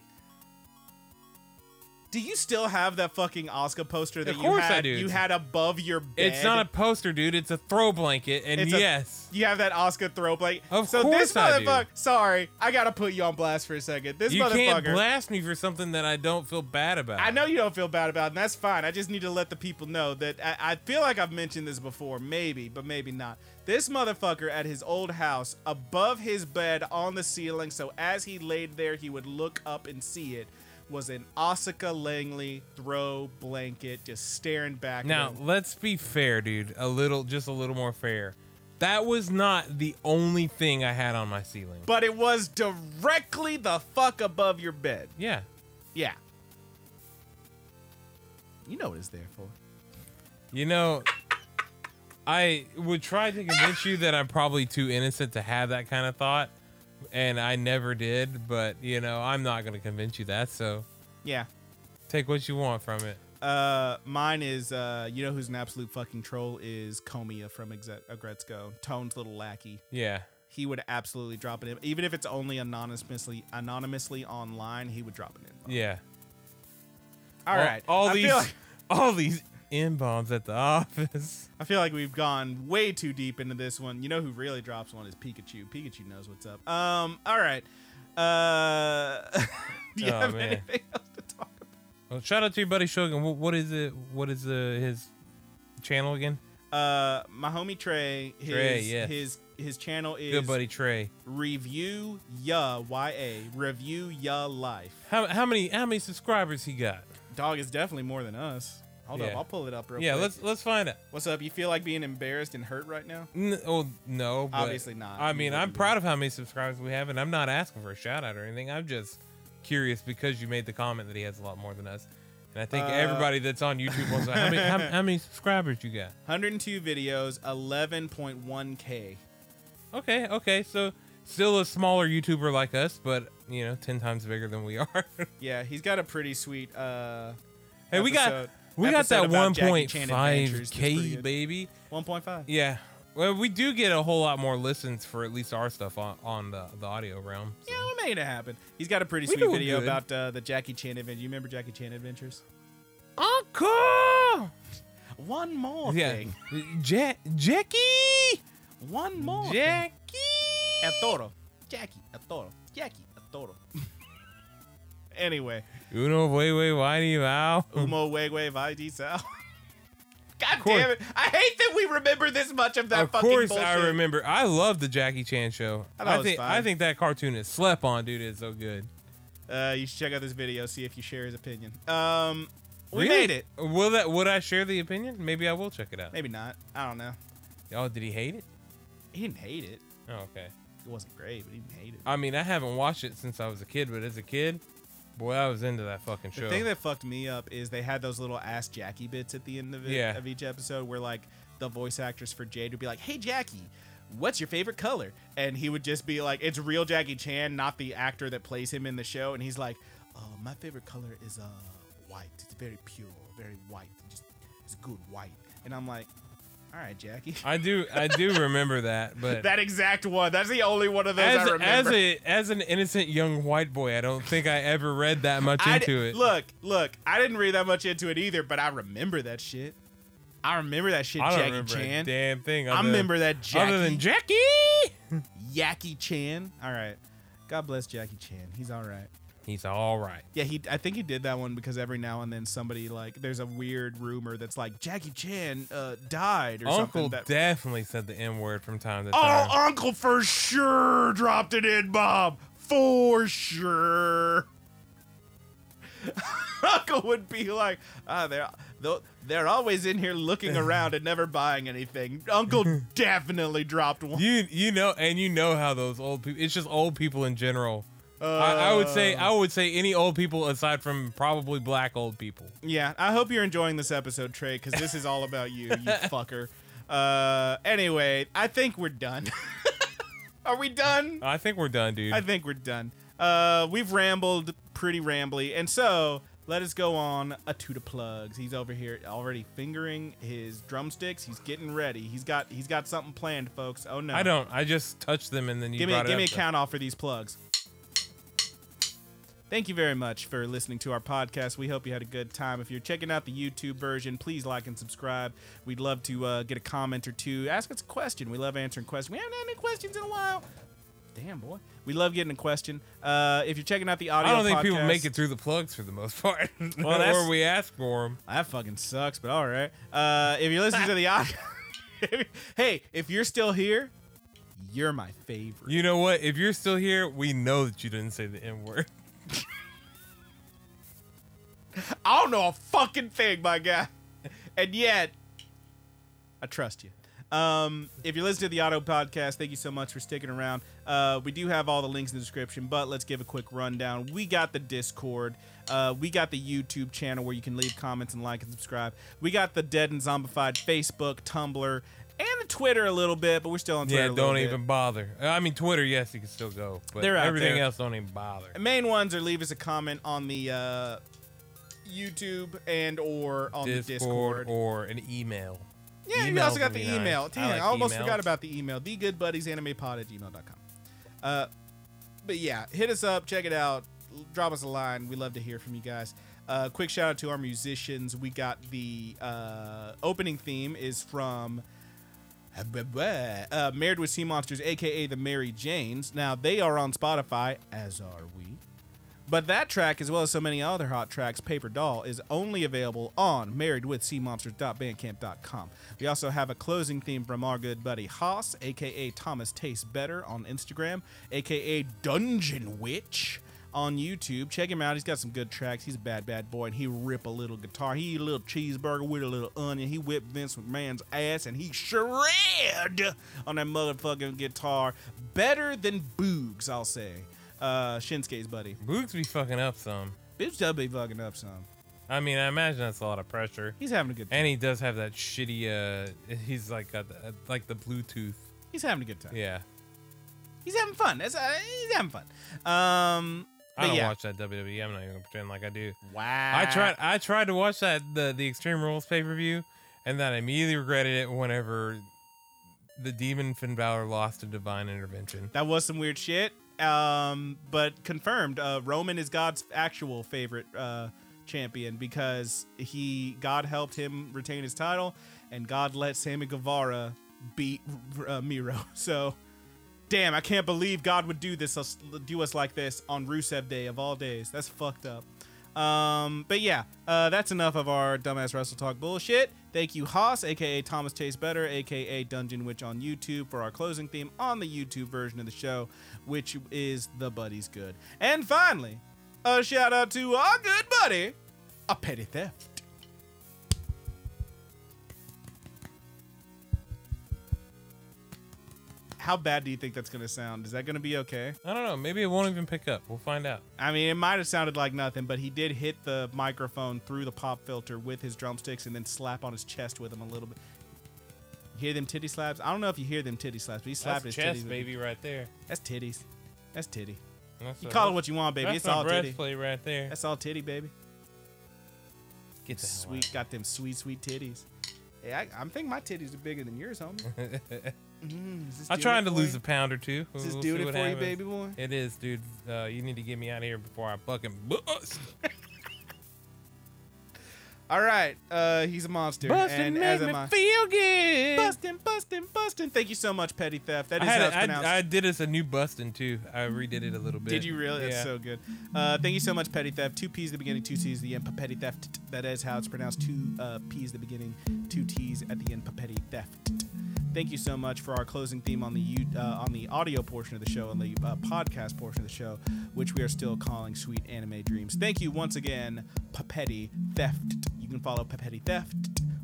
Do you still have that fucking Oscar poster that Of you course had? I do. You had above your bed. It's not a poster, dude. It's a throw blanket, and It's a- yes, You have that Oscar throw plate. Of so this course I do. motherfucker. Sorry, I gotta put you on blast for a second. This you can't motherfucker. blast me for something that I don't feel bad about. I know you don't feel bad about it, and that's fine. I just need to let the people know that I, I feel like I've mentioned this before, maybe, but maybe not. This motherfucker at his old house, above his bed on the ceiling, so as he laid there, he would look up and see it, was an Osaka Langley throw blanket just staring back. at Now him. let's be fair, dude. A little, just a little more fair. That was not the only thing I had on my ceiling. but it was directly the fuck above your bed. yeah. Yeah. You know what it's there for. You know, I would try to convince you that I'm probably too innocent to have that kind of thought, and I never did, but you know, I'm not going to convince you that, so Yeah. take what you want from it. Uh, mine is uh, you know who's an absolute fucking troll is Comia from Exe- Agretzko, Tone's little lackey. Yeah. He would absolutely drop it in, even if it's only anonymously anonymously online. He would drop it in. Yeah. All right, All, I these Feel like, all these in bombs at the office. I feel like we've gone way too deep into this one. You know who really drops one is Pikachu. Pikachu knows what's up. Um. All right. Uh. do you Oh, have man. anything else to talk about? Well, shout out to your buddy Shogun. What, what is it? What is the his channel again? Uh, my homie Trey. His, Trey, yes. His his channel is Good buddy Trey. Review Ya Y A. Review Ya Life. How, how many how many subscribers he got? Dog is definitely more than us. Hold up, Yeah. I'll pull it up real yeah, quick. let's let's find out. What's up? You feel like being embarrassed and hurt right now? N- oh no, but- Obviously not. I We mean, I'm wouldn't do proud of how many subscribers we have, and I'm not asking for a shout out or anything. I'm just curious because you made the comment that he has a lot more than us, and I think Uh, everybody that's on YouTube wants to. How many, how, how many subscribers you got? 102 videos, 11.1k. Okay, okay, so still a smaller YouTuber like us, but you know, ten times bigger than we are. Yeah, he's got a pretty sweet. uh hey, we got Episode- we got episode that about Jackie Chan 1.5 adventures. That's pretty k good. baby. 1.5. Yeah. Well, we do get a whole lot more listens for at least our stuff on, on the, the audio realm. so. Yeah, we made it happen. He's got a pretty We sweet doing video good. about uh, the Jackie Chan adventure. You remember Jackie Chan adventures? Uncle! One more Yeah. thing. Ja- Jackie! One more. thing. Jackie! A toro. Jackie, a toro. Jackie, a toro. anyway, Uno way way whiny wow. Umo Wegwe Vaidi Sal. God Um, course. damn it. I hate that we remember this much of that Of fucking course, bullshit. I remember. I love the Jackie Chan show. I thought it was think fine. I think that cartoon is slept on, dude. It's so good. Uh, you should check out this video, see if you share his opinion. Um, we Really? made it. Will that? Would I share the opinion? Maybe I will check it out. Maybe not. I don't know. Oh, did he hate it? He didn't hate it. Oh, okay. It wasn't great, but he didn't hate it. I mean, I haven't watched it since I was a kid, but as a kid, boy, I was into that fucking The show. thing that fucked me up is they had those little ass Jackie bits at the end of it Yeah. of each episode where like the voice actress for Jade would be like, "Hey Jackie, what's your favorite color?" and he would just be like, "It's real Jackie Chan, not the actor that plays him in the show," and he's like, "Oh, my favorite color is uh white. It's very pure, very white. Just it's good white." And I'm like, "All right, Jackie." I do, I do remember that, but that exact one. That's the only one of those I as, remember. as a as an innocent young white boy, I don't think I ever read that much I into di- it. Look, look, I didn't read that much into it either, but I remember that shit. I remember that shit, I don't Jackie remember a Chan. damn thing. I other- remember that Jackie, other than Jackie. Yaki Chan. All right, God bless Jackie Chan. He's all right. He's all right. Yeah, he. I think he did that one because every now and then somebody like there's a weird rumor that's like Jackie Chan uh, died or Uncle something. That, definitely said the N word from time to oh, time. Uncle for sure dropped it in, Bob for sure. Uncle would be like, ah, they're tho- they're always in here looking around and never buying anything. Uncle definitely dropped one. You you know, and you know how those old people. It's just old people in general. I, I would say I would say any old people aside from probably black old people. Yeah, I hope you're enjoying this episode, Trey, because this is all about you, you fucker. Uh, anyway, I think we're done. Are we done? I think we're done, dude. I think we're done. Uh, we've rambled pretty rambly, and so let us go on a to the plugs. He's over here already fingering his drumsticks. He's getting ready. He's got he's got something planned, folks. Oh no! I don't. I just touched them and then you Give me brought give it me a up, so- count off for these plugs. Thank you very much for listening to our podcast. We hope you had a good time. If you're checking out the YouTube version, please like and subscribe. We'd love to uh, get a comment or two. Ask us a question. We love answering questions. We haven't had any questions in a while. Damn boy, we love getting a question. Uh, if you're checking out the audio, I don't think people podcast- make it through the plugs for the most part. Well, that's- or we ask for them. That fucking sucks, but all right. Uh, if you're listening to the audio, hey, if you're still here, you're my favorite. You know what? If you're still here, we know that you didn't say the N word. I don't know a fucking thing, my guy. And yet, I trust you. Um, if you're listening to the Auto Podcast, thank you so much for sticking around. Uh, we do have all the links in the description, but let's give a quick rundown. We got the Discord. Uh, we got the YouTube channel where you can leave comments and like and subscribe. We got the Dead and Zombified Facebook, Tumblr, and the Twitter a little bit, but we're still on Twitter. Yeah, a little don't bit. even bother. Uh, I mean, Twitter, yes, you can still go, but They're out everything there. else don't even bother. main ones are leave us a comment on the uh, YouTube and or on the Discord. Discord or an email. yeah, you Emails also got would the be nice. email. I Damn, I, like almost emails. forgot about the email. TheGoodBuddiesAnimePod at gmail.com. Uh, but yeah, hit us up, check it out, l- drop us a line. We love to hear from you guys. Uh, quick shout out to our musicians. We got the uh, opening theme is from uh, Married with Sea Monsters, aka the Mary Janes. Now they are on Spotify, as are we. But that track, as well as so many other hot tracks, Paper Doll, is only available on marriedwithseamonsters.bandcamp.com. We also have a closing theme from our good buddy Haas, aka Thomas Tastes Better on Instagram, aka Dungeon Witch on YouTube. Check him out. He's got some good tracks. He's a bad, bad boy, and he rip a little guitar. He eat a little cheeseburger with a little onion. He whipped Vince McMahon's ass, and he shred on that motherfucking guitar. Better than Boogs, I'll say. Uh, Shinsuke's buddy. Boogs be fucking up some. Bitch does be fucking up some. I mean, I imagine that's a lot of pressure. He's having a good time. And he does have that shitty. uh He's like got the, like the Bluetooth. He's having a good time. Yeah, He's having fun. That's uh, he's having fun. Um, I but don't yeah. watch that WWE. I'm not even gonna pretend like I do. Wow. I tried. I tried to watch that the the Extreme Rules pay per view, and then I immediately regretted it whenever the Demon Finn Balor lost to Divine Intervention. That was some weird shit. Um, but confirmed. Uh, Roman is God's actual favorite uh, champion because he God helped him retain his title, and God let Sammy Guevara beat uh, Miro. So, damn, I can't believe God would do this us do us like this on Rusev Day of all days. That's fucked up. Um, but yeah, uh, that's enough of our dumbass wrestle talk bullshit. Thank you, Haas, aka Thomas Chase Better, aka Dungeon Witch on YouTube, for our closing theme on the YouTube version of the show, which is The Buddy's Good. And finally, a shout out to our good buddy, A Petty Theft. How bad do you think that's gonna sound? Is that gonna be okay? I don't know. Maybe it won't even pick up. We'll find out. I mean, it might have sounded like nothing, but he did hit the microphone through the pop filter with his drumsticks and then slap on his chest with them a little bit. Hear them titty slaps? I don't know if you hear them titty slaps, but he slapped That's his chest, titties. baby, right there. That's titties. That's titty. That's You a- call it what you want, baby. That's it's my all titty. breastplate right there. That's all titty, baby. Get the hell Sweet, got them sweet, sweet titties. Hey, I, I'm thinking my titties are bigger than yours, homie. out. Mm, is this I'm doing trying it to for lose you? a pound or two. Is this We'll see doing it what for you, happens. baby boy? It is, dude. Uh, you need to get me out of here before I fucking bust. All right, uh, he's a monster, Busting and make as me am I. feel good. Bustin', bustin', bustin'. Thank you so much, Petty Theft. That I, is had how it, it's pronounced. I, I did us a new busting too. I redid it a little bit. Did you really? That's Yeah. so good. Uh, thank you so much, Petty Theft. Two P's at the beginning, two C's at the end. Petty Theft. That is how it's pronounced. Two uh, P's at the beginning, two T's at the end. Petty Theft. Thank you so much for our closing theme on the you- uh, on the audio portion of the show and the uh, podcast portion of the show, which we are still calling Sweet Anime Dreams. Thank you once again, Petty Theft. You can follow Petty Theft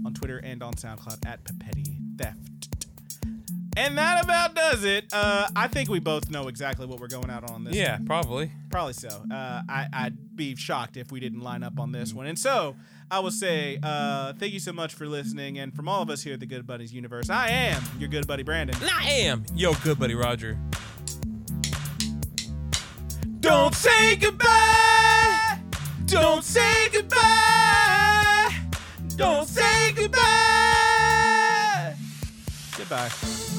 on Twitter and on SoundCloud at Petty Theft. And that about does it. Uh, I think we both know exactly what we're going out on this. Yeah, probably. Probably so. Uh, I, I'd be shocked if we didn't line up on this one. And so I will say uh, thank you so much for listening. And from all of us here at the Good Buddies Universe, I am your good buddy, Brandon. And I am yo good buddy Roger. Don't say goodbye. Don't say goodbye. Don't say goodbye. Goodbye.